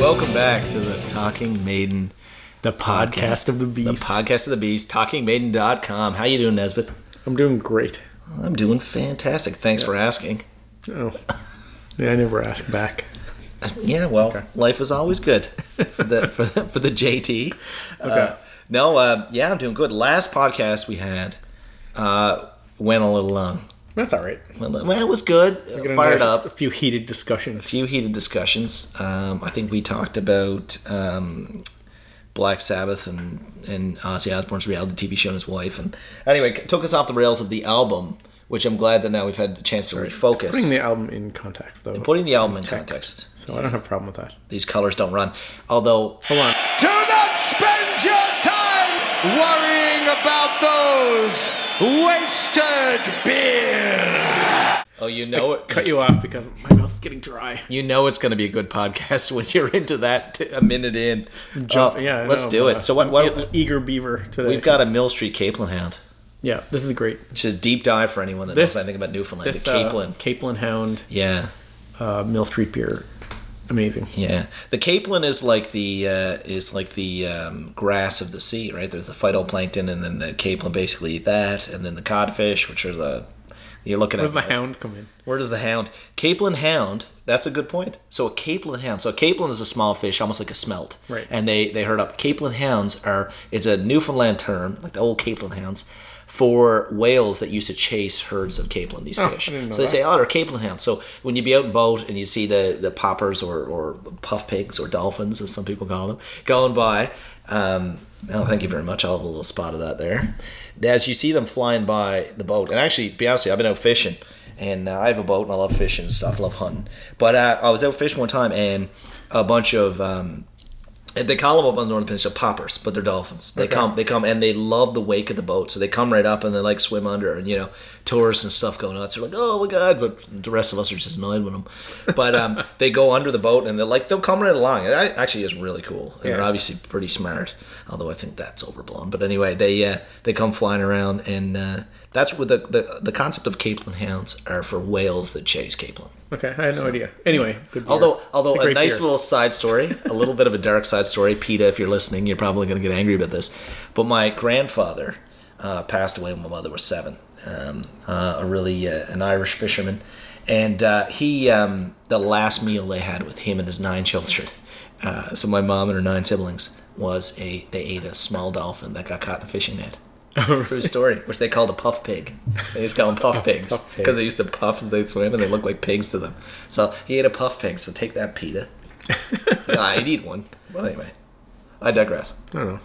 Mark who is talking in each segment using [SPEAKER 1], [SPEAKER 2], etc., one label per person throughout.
[SPEAKER 1] welcome back to the Talking Maiden
[SPEAKER 2] The podcast of the
[SPEAKER 1] the
[SPEAKER 2] beast.
[SPEAKER 1] podcast of the beast, talkingmaiden.com. How you doing, Nesbitt?
[SPEAKER 2] I'm doing great.
[SPEAKER 1] I'm doing fantastic. Thanks for asking.
[SPEAKER 2] Oh, yeah, I never ask back.
[SPEAKER 1] Yeah, well, life is always good for the for the, for the JT. Uh, no, uh, yeah, I'm doing good. Last podcast we had uh, went a little long.
[SPEAKER 2] That's all right.
[SPEAKER 1] Well, it was good.
[SPEAKER 2] Gonna
[SPEAKER 1] Fired up.
[SPEAKER 2] have A few heated discussions.
[SPEAKER 1] few heated discussions. Um, I think we talked about um, Black Sabbath and and Ozzy Osbourne's reality TV show and his wife, and anyway, it took us off the rails of the album, which I'm glad that now we've had a chance to refocus,
[SPEAKER 2] Putting the album in context, though.
[SPEAKER 1] Putting the album in context.
[SPEAKER 2] So I don't have a problem with that.
[SPEAKER 1] These colors don't run. Although
[SPEAKER 2] Hold on.
[SPEAKER 3] Do not spend your time worrying about those wasted beers.
[SPEAKER 1] Oh, you know it.
[SPEAKER 2] Cut you off because my mouth's getting dry.
[SPEAKER 1] You know it's going to be a good podcast when you're into that t- a minute in.
[SPEAKER 2] Jump-
[SPEAKER 1] Oh,
[SPEAKER 2] yeah, I
[SPEAKER 1] let's
[SPEAKER 2] know,
[SPEAKER 1] do
[SPEAKER 2] but,
[SPEAKER 1] it. So what? what
[SPEAKER 2] uh, eager beaver today?
[SPEAKER 1] we've got a Mill Street Capelin Hound,
[SPEAKER 2] Yeah, this is great.
[SPEAKER 1] which is a deep dive for anyone that
[SPEAKER 2] This-
[SPEAKER 1] knows anything about Newfoundland.
[SPEAKER 2] This
[SPEAKER 1] the Capelin,
[SPEAKER 2] uh, Capelin Hound,
[SPEAKER 1] yeah,
[SPEAKER 2] uh, Mill Street beer, amazing.
[SPEAKER 1] yeah. The Capelin is like the uh, is like the um, grass of the sea, right? There's the phytoplankton, and then the Capelin basically eat that, and then the codfish, which are the you're looking
[SPEAKER 2] Where's
[SPEAKER 1] at
[SPEAKER 2] the
[SPEAKER 1] like-
[SPEAKER 2] hound come in?
[SPEAKER 1] Where does the hound? Capelin hound. That's a good point. So a capelin hound. So a capelin is a small fish, almost like a smelt.
[SPEAKER 2] Right.
[SPEAKER 1] And they they heard up. Capelin hounds are it's a Newfoundland term, like the old capelin hounds, for whales that used to chase herds of capelin. These fish.
[SPEAKER 2] I didn't know
[SPEAKER 1] so they
[SPEAKER 2] that.
[SPEAKER 1] say, oh, they're capelin hounds. So when you be out in boat and you see the the poppers or or puff pigs or dolphins, as some people call them, going by. Um, oh, thank you very much. I'll have a little spot of that there. As you see them flying by the boat, and actually, to be honest, with you, I've been out fishing and uh, I have a boat and I love fishing and stuff, love hunting. But uh, I was out fishing one time and a bunch of um, and they call them up on the northern peninsula poppers, but they're dolphins. They come, they come, and they love the wake of the boat, so they come right up and they like swim under, and you know, tourists and stuff go nuts. They're like, oh my god, but the rest of us are just annoyed with them. But um, they go under the boat and they're like, they'll come right along. It a- actually is really cool, and they're
[SPEAKER 2] Yeah.
[SPEAKER 1] obviously pretty smart, although I think that's overblown. But anyway, they uh, they come flying around, and uh, that's what the, the the concept of capelin hounds are for whales that chase capelin.
[SPEAKER 2] Okay, I had no idea. Anyway, good beer.
[SPEAKER 1] Although, although
[SPEAKER 2] It's
[SPEAKER 1] a,
[SPEAKER 2] great
[SPEAKER 1] nice
[SPEAKER 2] beer.
[SPEAKER 1] little side story, a little bit of a dark side story. Peta, if you're listening, you're probably going to get angry about this, but my grandfather uh, passed away when my mother was seven. Um, uh, a really uh, an Irish fisherman, and uh, he um, the last meal they had with him and his nine children. Uh, so my mom and her nine siblings was a they ate a small dolphin that got caught in a fishing net. True story, which they called a puff pig. They used to call them puff pigs
[SPEAKER 2] Puff pig.
[SPEAKER 1] because they used to puff as they'd swim and they looked like pigs to them. So he ate a puff pig, so take that, PETA. Yeah, I'd eat one. But anyway, I digress.
[SPEAKER 2] I don't know.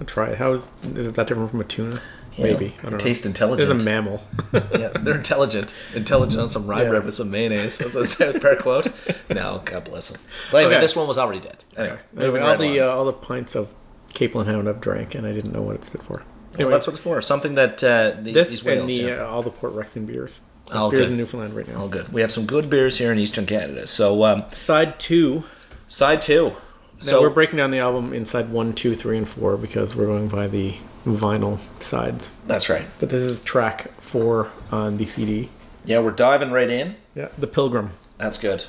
[SPEAKER 2] I'll try it. How is is it that different from a tuna?
[SPEAKER 1] Yeah,
[SPEAKER 2] Maybe. I don't know.
[SPEAKER 1] taste
[SPEAKER 2] It is
[SPEAKER 1] intelligent.
[SPEAKER 2] a mammal.
[SPEAKER 1] yeah, they're intelligent. Intelligent on some rye
[SPEAKER 2] Yeah.
[SPEAKER 1] bread with some mayonnaise. That's a South Park quote. No, God bless them. But anyway,
[SPEAKER 2] Okay.
[SPEAKER 1] this one was already dead. Anyway,
[SPEAKER 2] anyway,
[SPEAKER 1] moving
[SPEAKER 2] all
[SPEAKER 1] right
[SPEAKER 2] the
[SPEAKER 1] along.
[SPEAKER 2] uh, all the pints of Capelin Hound I've drank, and I didn't know what it stood for. Anyway,
[SPEAKER 1] Well, that's what it's for. Something that uh, these,
[SPEAKER 2] this
[SPEAKER 1] these whales.
[SPEAKER 2] and the,
[SPEAKER 1] yeah.
[SPEAKER 2] uh, all the Port Rexon beers. There's
[SPEAKER 1] Oh,
[SPEAKER 2] beers
[SPEAKER 1] good.
[SPEAKER 2] in Newfoundland right now.
[SPEAKER 1] All good. We have some good beers here in Eastern Canada. So, um,
[SPEAKER 2] Side two.
[SPEAKER 1] side two.
[SPEAKER 2] So
[SPEAKER 1] So
[SPEAKER 2] we're breaking down the album inside one, two, three, and four because we're going by the vinyl sides.
[SPEAKER 1] that's right.
[SPEAKER 2] But this is track four on the CD.
[SPEAKER 1] Yeah, we're diving right in.
[SPEAKER 2] Yeah, The Pilgrim.
[SPEAKER 1] That's good.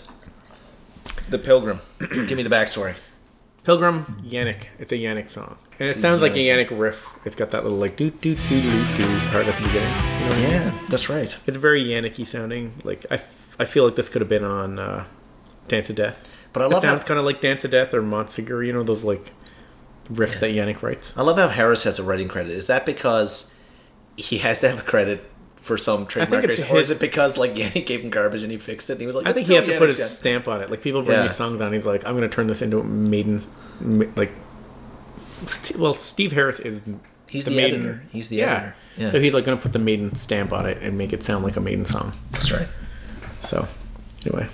[SPEAKER 1] The Pilgrim. Give me the backstory.
[SPEAKER 2] Pilgrim Yannick. It's a Yannick song, and it
[SPEAKER 1] a
[SPEAKER 2] sounds like a
[SPEAKER 1] Yannick
[SPEAKER 2] Yannick riff. It's got that little like do do do do do part at the beginning. You know what I mean?
[SPEAKER 1] Yeah, that's right.
[SPEAKER 2] It's very Yannicky sounding. Like I, f- I feel like this could have been on uh, Dance of Death.
[SPEAKER 1] But I
[SPEAKER 2] It
[SPEAKER 1] love how,
[SPEAKER 2] sounds kind of like Dance of Death or Montsegur. You know those like riffs that Yannick writes.
[SPEAKER 1] I love how Harris has a writing credit. Is that because he has to have a credit for some trademark
[SPEAKER 2] it's
[SPEAKER 1] reason, or is
[SPEAKER 2] his-
[SPEAKER 1] it because like Yannick gave him garbage and he fixed it? And he was like,
[SPEAKER 2] I
[SPEAKER 1] "It's
[SPEAKER 2] think he
[SPEAKER 1] still
[SPEAKER 2] has to put
[SPEAKER 1] Yannick's
[SPEAKER 2] his
[SPEAKER 1] Yannick."
[SPEAKER 2] stamp on it. Like people bring
[SPEAKER 1] Yeah.
[SPEAKER 2] these songs on, he's like, I'm going to turn this into a Maiden. ma- Like, St- well, Steve Harris is
[SPEAKER 1] He's the, editor. He's the
[SPEAKER 2] Yeah.
[SPEAKER 1] editor. Yeah,
[SPEAKER 2] So he's like going to put the Maiden stamp on it and make it sound like a Maiden song.
[SPEAKER 1] that's right.
[SPEAKER 2] So, anyway,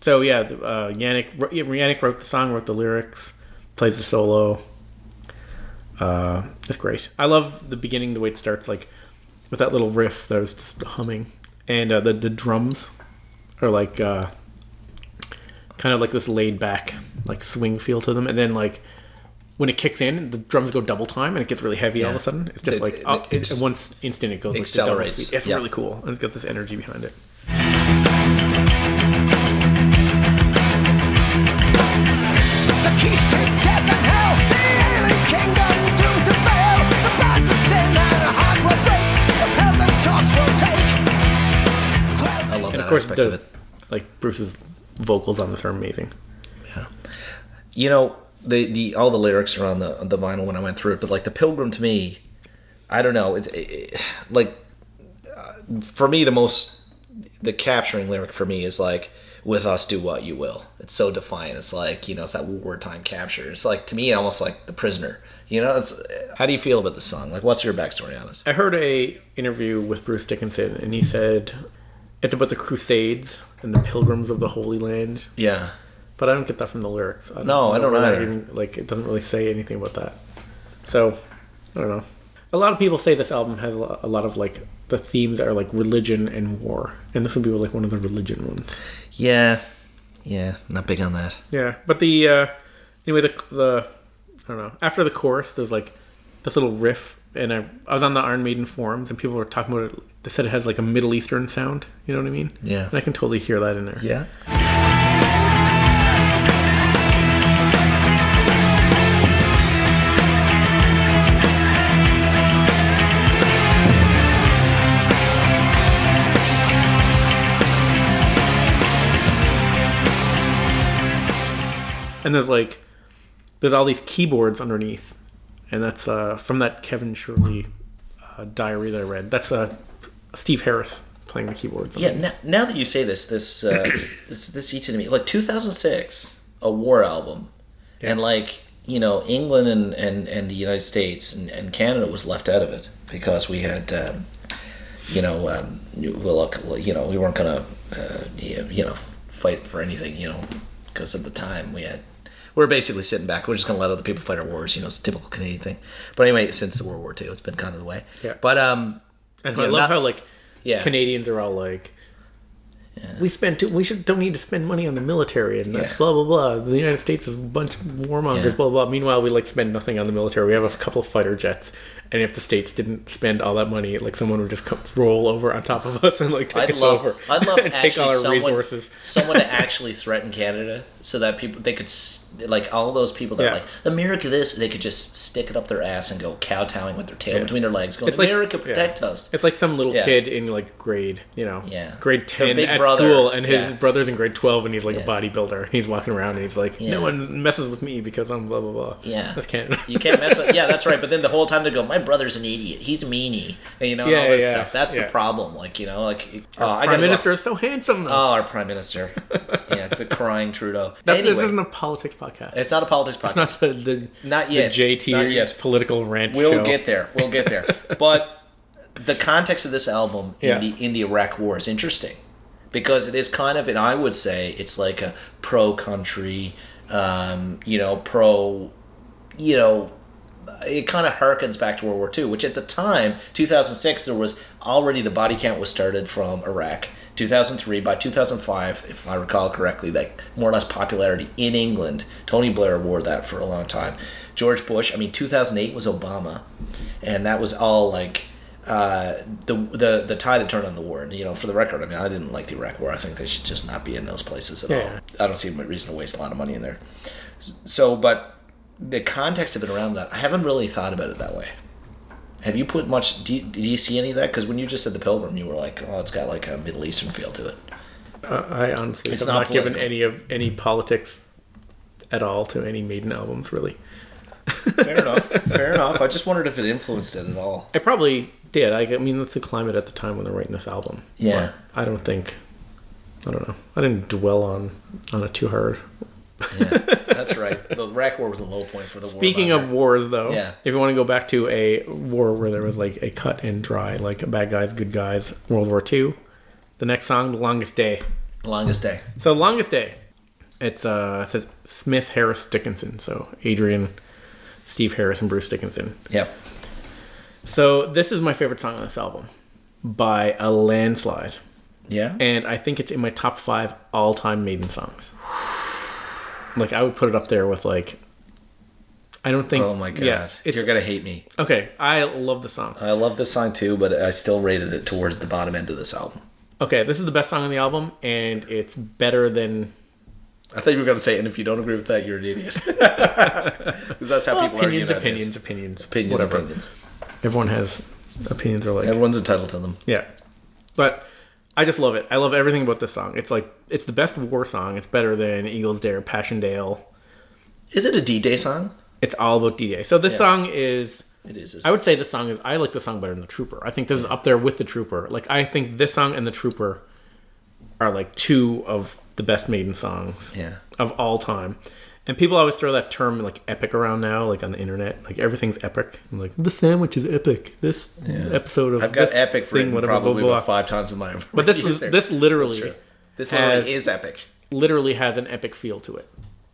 [SPEAKER 2] so yeah, the, uh, Yannick Yannick wrote the song, wrote the lyrics, plays the solo. Uh, it's great. I love the beginning, the way it starts, like with that little riff that was just humming, and uh, the the drums are like uh, kind of like this laid back, like swing feel to them, and then like. When it kicks in, the drums go double time, and it gets really heavy all of
[SPEAKER 1] Yeah.
[SPEAKER 2] a sudden. It's just
[SPEAKER 1] It-
[SPEAKER 2] like
[SPEAKER 1] it-
[SPEAKER 2] up,
[SPEAKER 1] it just
[SPEAKER 2] once instant it goes like, to double
[SPEAKER 1] accelerates.
[SPEAKER 2] speed. It's
[SPEAKER 1] Yeah.
[SPEAKER 2] really cool, and it's got this energy behind it.
[SPEAKER 4] The He's straight death and hell. The alien kingdom doomed to fail. The bonds of sin and a heart will break. The heaven's cost will take.
[SPEAKER 1] I love
[SPEAKER 2] And
[SPEAKER 1] that
[SPEAKER 2] of course, it
[SPEAKER 1] aspect of
[SPEAKER 2] does,
[SPEAKER 1] it.
[SPEAKER 2] like Bruce's vocals on this are amazing.
[SPEAKER 1] You know, the the all the lyrics are on the on the vinyl when I went through it, but like the Pilgrim to me, I don't know. It's it, it- like uh, for me the most the capturing lyric for me is like with us do what you will it's so defiant it's like you know it's that wartime capture it's like to me almost like the prisoner you know it's uh, how do you feel about the song like what's your backstory on it
[SPEAKER 2] I heard a interview with Bruce Dickinson, and he said it's about the Crusades and the Pilgrims of the Holy Land.
[SPEAKER 1] yeah
[SPEAKER 2] But I don't get that from the lyrics. I don't
[SPEAKER 1] No, I don't
[SPEAKER 2] whether
[SPEAKER 1] either.
[SPEAKER 2] Even, like, it doesn't really say anything about that. So, I don't know. A lot of people say this album has a lo- a lot of like the themes that are like religion and war, and this would be like one of the religion ones.
[SPEAKER 1] yeah yeah not big on that
[SPEAKER 2] Yeah, but the uh, anyway the the I don't know. After the chorus, there's like this little riff, and I, I was on the Iron Maiden forums, and people were talking about it. They said it has like a Middle Eastern sound. You know what I mean?
[SPEAKER 1] Yeah.
[SPEAKER 2] And I can totally hear that in there.
[SPEAKER 1] yeah
[SPEAKER 2] and there's like there's all these keyboards underneath and that's uh, from that kevin shirley uh, diary that i read that's uh, steve harris playing the keyboards
[SPEAKER 1] yeah now, now that you say this this uh, this this eats into me like 2006 a war album and like you know england and and, and the united states and, and canada was left out of it because we had um, you know um, we'll look you know we weren't gonna uh, yeah, you know fight for anything you know because at the time we had we we're basically sitting back. We're just gonna let other people fight our wars. You know, it's a typical Canadian thing. But anyway, since World War II, it's been kind of the way.
[SPEAKER 2] Yeah.
[SPEAKER 1] But um,
[SPEAKER 2] and i
[SPEAKER 1] yeah,
[SPEAKER 2] love
[SPEAKER 1] not-
[SPEAKER 2] how like
[SPEAKER 1] yeah.
[SPEAKER 2] canadians are all like we spent too, we should don't need to spend money on the military and that's
[SPEAKER 1] Yeah.
[SPEAKER 2] blah blah blah the united states is a bunch of warmongers
[SPEAKER 1] Yeah.
[SPEAKER 2] blah blah meanwhile we like spend nothing on the military we have a couple of fighter jets and if the states didn't spend all that money, like someone would just come, roll over on top of us and like take
[SPEAKER 1] I'd
[SPEAKER 2] us
[SPEAKER 1] love,
[SPEAKER 2] over.
[SPEAKER 1] I'd love
[SPEAKER 2] and
[SPEAKER 1] actually
[SPEAKER 2] take all our
[SPEAKER 1] someone,
[SPEAKER 2] resources.
[SPEAKER 1] someone to actually threaten Canada so that people they could s- like all those people that
[SPEAKER 2] Yeah.
[SPEAKER 1] are like America this they could just stick it up their ass and go kowtowing with their tail between their legs going
[SPEAKER 2] It's like-
[SPEAKER 1] America
[SPEAKER 2] yeah.
[SPEAKER 1] protect us.
[SPEAKER 2] It's like some little
[SPEAKER 1] Yeah.
[SPEAKER 2] kid in like grade, you know,
[SPEAKER 1] Yeah.
[SPEAKER 2] grade
[SPEAKER 1] Their
[SPEAKER 2] ten
[SPEAKER 1] big
[SPEAKER 2] at
[SPEAKER 1] brother,
[SPEAKER 2] school, and his
[SPEAKER 1] yeah.
[SPEAKER 2] brother's in grade twelve, and he's like
[SPEAKER 1] Yeah.
[SPEAKER 2] a bodybuilder. He's walking around, and he's like,
[SPEAKER 1] Yeah.
[SPEAKER 2] "No one messes with me because I'm blah blah blah."
[SPEAKER 1] yeah,
[SPEAKER 2] that's Canada.
[SPEAKER 1] you can't mess up. Yeah, that's right. But then the whole time they go, my brother's an idiot. He's a meanie. And, you know and
[SPEAKER 2] Yeah,
[SPEAKER 1] all this
[SPEAKER 2] yeah,
[SPEAKER 1] stuff. That's
[SPEAKER 2] yeah.
[SPEAKER 1] the problem. Like you know, like it- oh, I gotta
[SPEAKER 2] Prime
[SPEAKER 1] go-
[SPEAKER 2] Minister is so handsome. Though.
[SPEAKER 1] Oh, our prime minister. yeah, the crying Trudeau.
[SPEAKER 2] that's,
[SPEAKER 1] anyway,
[SPEAKER 2] This isn't a politics podcast.
[SPEAKER 1] it's not a politics podcast.
[SPEAKER 2] It's not the, the
[SPEAKER 1] Not
[SPEAKER 2] the
[SPEAKER 1] yet.
[SPEAKER 2] JT
[SPEAKER 1] Not yet.
[SPEAKER 2] political rant.
[SPEAKER 1] We'll
[SPEAKER 2] show.
[SPEAKER 1] get there. We'll get there. but the context of this album in
[SPEAKER 2] Yeah.
[SPEAKER 1] the in the Iraq War is interesting because it is kind of, and I would say it's like a pro country, um, you know, pro, you know. It kind of harkens back to World War II, which at the time, 2006, there was already the body count was started from Iraq. 2003, by 2005, if I recall correctly, like more or less popularity in England. Tony Blair wore that for a long time. George Bush, I mean, 2008 was Obama, and that was all like uh, the the the tide had turned on the war. And, you know, for the record, I mean, I didn't like the Iraq War. I think they should just not be in those places at
[SPEAKER 2] Yeah.
[SPEAKER 1] all. I don't see a reason to waste a lot of money in there. So, but the context of it around that, I haven't really thought about it that way. Have you put much? Do you, do you see any of that? Because when you just said the Pilgrim, you were like, "Oh, it's got like a Middle Eastern feel to it."
[SPEAKER 2] Uh, I honestly
[SPEAKER 1] It's
[SPEAKER 2] have
[SPEAKER 1] not
[SPEAKER 2] not, given
[SPEAKER 1] political.
[SPEAKER 2] any of any politics at all to any Maiden albums. Really,
[SPEAKER 1] Fair enough. Fair enough. I just wondered if it influenced it at all.
[SPEAKER 2] I probably did. I, I mean, that's the climate at the time when they're writing this album.
[SPEAKER 1] Yeah.
[SPEAKER 2] I don't think. I don't know. I didn't dwell on on it too hard.
[SPEAKER 1] yeah. That's right. The Iraq War was a low point for the war.
[SPEAKER 2] Speaking of wars, though,
[SPEAKER 1] Yeah.
[SPEAKER 2] if you want to go back to a war where there was like a cut and dry, like bad guys, good guys, World War II, the next song, "The Longest Day."
[SPEAKER 1] longest day.
[SPEAKER 2] So, "Longest Day," it's uh it says Smith, Harris, Dickinson. So Adrian, Steve Harris, and Bruce Dickinson.
[SPEAKER 1] Yep.
[SPEAKER 2] So this is my favorite song on this album by a landslide,
[SPEAKER 1] Yeah.
[SPEAKER 2] and I think it's in my top five all-time Maiden songs. Like I would put it up there with like. I don't think.
[SPEAKER 1] oh my god.
[SPEAKER 2] yeah, it's
[SPEAKER 1] You're gonna hate me.
[SPEAKER 2] Okay, I love the song.
[SPEAKER 1] I love this song too, but I still rated it towards the bottom end of this album.
[SPEAKER 2] Okay, this is the best song on the album, and it's better than
[SPEAKER 1] I thought you were going to say, and if you don't agree with that, you're an idiot. Because that's how people
[SPEAKER 2] opinions,
[SPEAKER 1] argue. nowadays.
[SPEAKER 2] opinions, opinions,
[SPEAKER 1] opinions,
[SPEAKER 2] whatever.
[SPEAKER 1] opinions.
[SPEAKER 2] Everyone has opinions. Are like
[SPEAKER 1] Everyone's entitled to them.
[SPEAKER 2] yeah, but I just love it. I love everything about this song. It's like it's the best war song. It's better than Eagles Dare, Passchendaele.
[SPEAKER 1] Is it a D-Day song?
[SPEAKER 2] It's all about D Day. So this song is.
[SPEAKER 1] It is.
[SPEAKER 2] I would say this song is. I like this song better than the Trooper. I think this is up there with the Trooper. Like I think this song and the Trooper are like two of the best Maiden songs
[SPEAKER 1] Yeah.
[SPEAKER 2] of all time. And people always throw that term like epic around now, like on the internet. Like everything's epic. I'm like the sandwich is epic. This episode of
[SPEAKER 1] I've got
[SPEAKER 2] this
[SPEAKER 1] epic written probably
[SPEAKER 2] blah, blah,
[SPEAKER 1] about five times in my.
[SPEAKER 2] But this was this literally
[SPEAKER 1] true. This literally
[SPEAKER 2] has-
[SPEAKER 1] is epic
[SPEAKER 2] literally has an epic feel to it,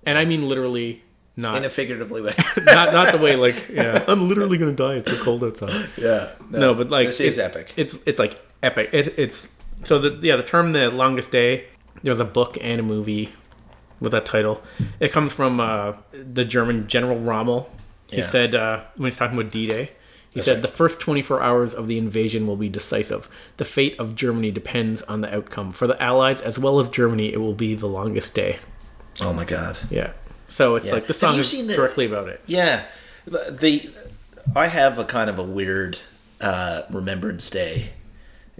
[SPEAKER 2] and I mean literally, not
[SPEAKER 1] in a figuratively way.
[SPEAKER 2] not not the way like yeah. I'm literally gonna die. It's so cold outside.
[SPEAKER 1] yeah.
[SPEAKER 2] no, but like
[SPEAKER 1] this is
[SPEAKER 2] it's-
[SPEAKER 1] epic.
[SPEAKER 2] It's it's like epic. It, it's so the yeah the term the longest day. There's a book and a movie with that title. It comes from uh, the German General Rommel. He
[SPEAKER 1] Yeah.
[SPEAKER 2] said uh, when he's talking about D-Day, he said the first 24 hours of the invasion will be decisive. The fate of Germany depends on the outcome. For the Allies as well as Germany, it will be the longest day.
[SPEAKER 1] oh my god.
[SPEAKER 2] Yeah. So it's
[SPEAKER 1] Yeah.
[SPEAKER 2] like the
[SPEAKER 1] Have
[SPEAKER 2] song
[SPEAKER 1] you
[SPEAKER 2] is
[SPEAKER 1] seen the-
[SPEAKER 2] directly about it.
[SPEAKER 1] Yeah, the I have a kind of a weird uh, Remembrance Day,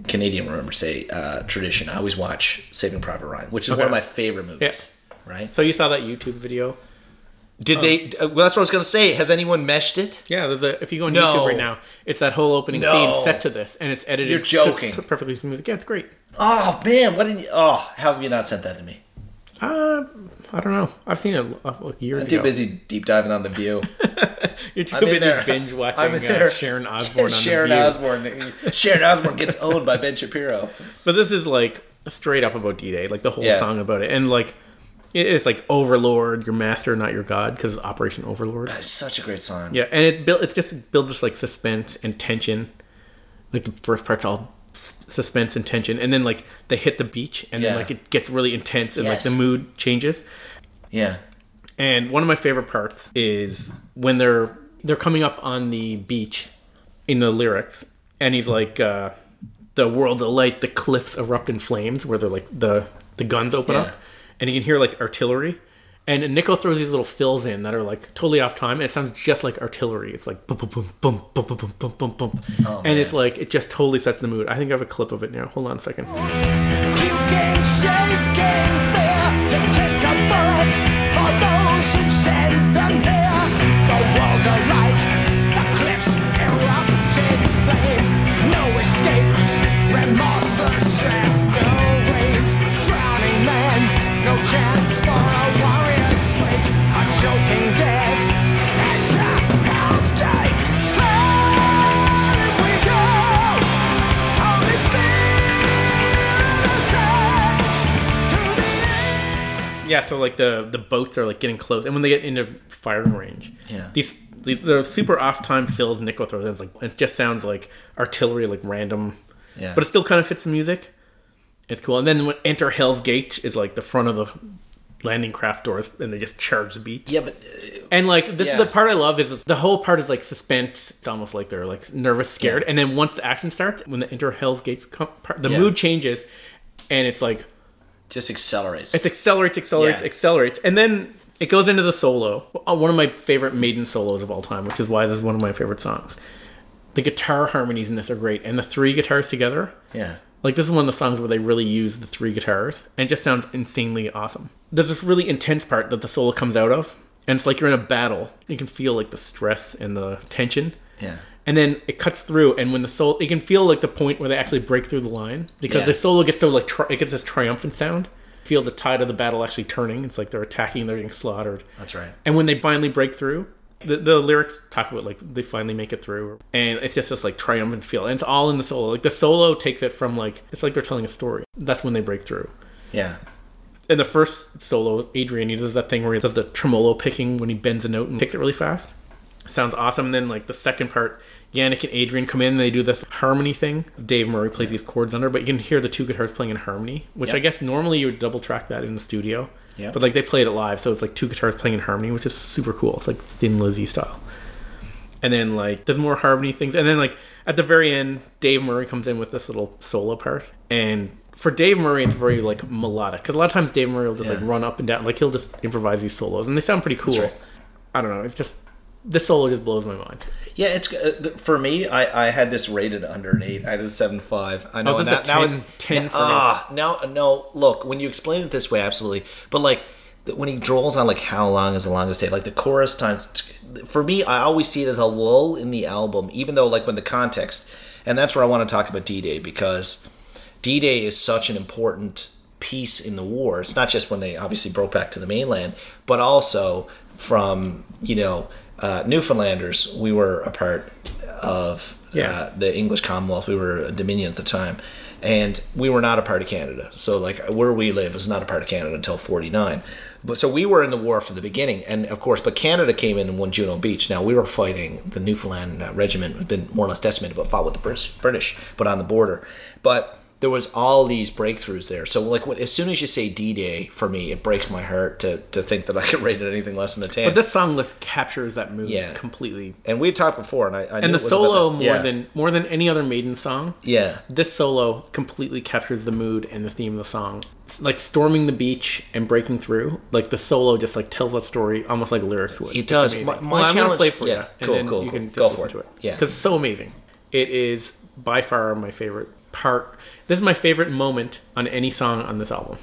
[SPEAKER 1] Canadian Remembrance Day uh, tradition. I always watch Saving Private Ryan, which is one
[SPEAKER 2] Okay.
[SPEAKER 1] of my favorite movies. Right?
[SPEAKER 2] So um, you saw that YouTube video?
[SPEAKER 1] Did they? uh, Well, that's what I was gonna say. Has anyone meshed it?
[SPEAKER 2] Yeah, there's a. If you go on
[SPEAKER 1] No.
[SPEAKER 2] YouTube right now, it's that whole opening
[SPEAKER 1] No.
[SPEAKER 2] scene set to this, and it's edited.
[SPEAKER 1] You're
[SPEAKER 2] to-
[SPEAKER 1] joking.
[SPEAKER 2] To, perfectly smooth. Yeah, it's great.
[SPEAKER 1] Oh man, what did you? Oh, how have you not sent that to me?
[SPEAKER 2] Uh, I don't know. I've seen it uh, like years
[SPEAKER 1] I'm
[SPEAKER 2] ago.
[SPEAKER 1] too busy deep diving on the View.
[SPEAKER 2] You're too
[SPEAKER 1] I'm in
[SPEAKER 2] busy
[SPEAKER 1] there.
[SPEAKER 2] binge watching
[SPEAKER 1] I'm
[SPEAKER 2] uh,
[SPEAKER 1] in there.
[SPEAKER 2] Sharon Osbourne. on
[SPEAKER 1] Sharon
[SPEAKER 2] the View.
[SPEAKER 1] Osbourne. Sharon Osbourne gets owned by Ben Shapiro.
[SPEAKER 2] But this is like straight up about D-Day, like the whole
[SPEAKER 1] Yeah.
[SPEAKER 2] song about it, and like it- it's like Overlord, your master, not your god, because Operation Overlord.
[SPEAKER 1] It's such a great song.
[SPEAKER 2] Yeah, and it build it's just builds this like suspense and tension. Like the first part's all s- suspense and tension, and then like they hit the beach, and
[SPEAKER 1] Yeah.
[SPEAKER 2] then like it gets really intense, and like
[SPEAKER 1] Yes.
[SPEAKER 2] the mood changes.
[SPEAKER 1] Yeah.
[SPEAKER 2] And one of my favorite parts is when they're they're coming up on the beach in the lyrics, and he's like, uh, "The world's alight, the cliffs erupt in flames," where they're like the the guns open
[SPEAKER 1] Yeah.
[SPEAKER 2] up, and you can hear like artillery. And Nico throws these little fills in that are like totally off time, and it sounds just like artillery. It's like boom, boom, boom, boom, boom, boom, boom, boom, boom, boom, and it's like it just totally sets the mood. I think I have a clip of it now. Hold on a second.
[SPEAKER 4] Puking, shaking, fear to take a bullet for those who send them here. The walls are right, the cliffs erupt in flame. No escape, remorse the shadow waves. Drowning man, no chance for a warrior's fate. A choking death. Enter Hell's Gate. Slowly we go, only
[SPEAKER 2] Yeah, so like the the boats are like getting close, and when they get into firing range,
[SPEAKER 1] Yeah.
[SPEAKER 2] these these the super off time fills Nico throws in. It's like it just sounds like artillery, like random,
[SPEAKER 1] Yeah.
[SPEAKER 2] but it still kind of fits the music. It's cool, and then when Enter Hell's Gate is like the front of the landing craft doors, and they just charge the beat.
[SPEAKER 1] Yeah, but uh,
[SPEAKER 2] And like this
[SPEAKER 1] Yeah.
[SPEAKER 2] is the part I love is this- the whole part is like suspense. It's almost like they're like nervous, scared, and then once the action starts, when the Enter Hell's Gates come, part, the
[SPEAKER 1] Yeah.
[SPEAKER 2] mood changes, and it's like
[SPEAKER 1] just accelerates.
[SPEAKER 2] it's accelerates, accelerates,
[SPEAKER 1] Yeah.
[SPEAKER 2] accelerates, and then it goes into the solo. Uh, One of my favorite Maiden solos of all time, which is why this is one of my favorite songs. The guitar harmonies in this are great, and the three guitars together.
[SPEAKER 1] yeah.
[SPEAKER 2] Like this is one of the songs where they really use the three guitars, and it just sounds insanely awesome. There's this really intense part that the solo comes out of, and it's like you're in a battle. You can feel like the stress and the tension.
[SPEAKER 1] Yeah.
[SPEAKER 2] And then it cuts through, and when the solo, you can feel like the point where they actually break through the line because
[SPEAKER 1] Yeah.
[SPEAKER 2] the solo gets so like tri- it gets this triumphant sound. Feel the tide of the battle actually turning. It's like they're attacking, they're getting slaughtered.
[SPEAKER 1] That's right.
[SPEAKER 2] And when they finally break through, the, the lyrics talk about like they finally make it through, and it's just this like triumphant feel, and it's all in the solo. Like the solo takes it from like it's like they're telling a story. That's when they break through.
[SPEAKER 1] Yeah.
[SPEAKER 2] In the first solo, Adrian he does that thing where he does the tremolo picking when he bends a note and picks it really fast. Sounds awesome. And then like the second part, Yannick and Adrian come in and they do this harmony thing. Dave Murray plays these chords under, but you can hear the two guitars playing in harmony, which I
[SPEAKER 1] Yep.
[SPEAKER 2] guess normally you would double track that in the studio.
[SPEAKER 1] Yep.
[SPEAKER 2] But like they played it live, so it's like two guitars playing in harmony, which is super cool. It's like Thin Lizzy style. And then like there's more harmony things, and then like at the very end, Dave Murray comes in with this little solo part, and for Dave Murray, it's very like melodic because a lot of times Dave Murray will just like run up and down, like he'll just improvise these solos, and they sound pretty cool.
[SPEAKER 1] right.
[SPEAKER 2] I don't know. It's just this solo just blows my mind.
[SPEAKER 1] Yeah, it's uh, for me. I, I had this rated under an eight. I had a seven five. I know
[SPEAKER 2] Oh, this
[SPEAKER 1] and
[SPEAKER 2] is
[SPEAKER 1] now,
[SPEAKER 2] a
[SPEAKER 1] now
[SPEAKER 2] 10 10 for me.
[SPEAKER 1] ah, now no. Look, when you explain it this way, absolutely. But like th- when he draws on like how long is the longest day, like the chorus times. For me, I always see it as a lull in the album, even though like when the context, and that's where I want to talk about D Day because D Day is such an important piece in the war. It's not just when they obviously broke back to the mainland, but also from, you know, uh, Newfoundlanders, we were a part of
[SPEAKER 2] Yeah.
[SPEAKER 1] uh, the English Commonwealth. We were a dominion at the time. And we were not a part of Canada. So, like, where we live is not a part of Canada until 49. But so we were in the war from the beginning. And of course, but Canada came in and won Juno Beach. Now, we were fighting the Newfoundland uh, regiment, had been more or less decimated, but fought with the British, British but on the border. But there was all these breakthroughs there. So like when, as soon as you say D Day for me, it breaks my heart to, to think that I could rate it anything less than a ten.
[SPEAKER 2] But this song list captures that mood
[SPEAKER 1] Yeah.
[SPEAKER 2] completely,
[SPEAKER 1] and we talked before, and I, I knew
[SPEAKER 2] and the
[SPEAKER 1] it was about
[SPEAKER 2] solo
[SPEAKER 1] that.
[SPEAKER 2] more
[SPEAKER 1] Yeah.
[SPEAKER 2] than more than any other Maiden song.
[SPEAKER 1] yeah,
[SPEAKER 2] This solo completely captures the mood and the theme of the song. Like storming the beach and breaking through, like the solo just like tells that story almost like lyrics would.
[SPEAKER 1] it does.
[SPEAKER 2] amazing.
[SPEAKER 1] My, my
[SPEAKER 2] Well, I'm gonna
[SPEAKER 1] challenge,
[SPEAKER 2] play for
[SPEAKER 1] yeah,
[SPEAKER 2] you. and
[SPEAKER 1] cool,
[SPEAKER 2] then
[SPEAKER 1] cool,
[SPEAKER 2] you
[SPEAKER 1] cool.
[SPEAKER 2] can just
[SPEAKER 1] Go
[SPEAKER 2] listen
[SPEAKER 1] for it.
[SPEAKER 2] to it.
[SPEAKER 1] Yeah,
[SPEAKER 2] because it's so amazing. It is by far my favorite part. This is my favorite moment on any song on this album.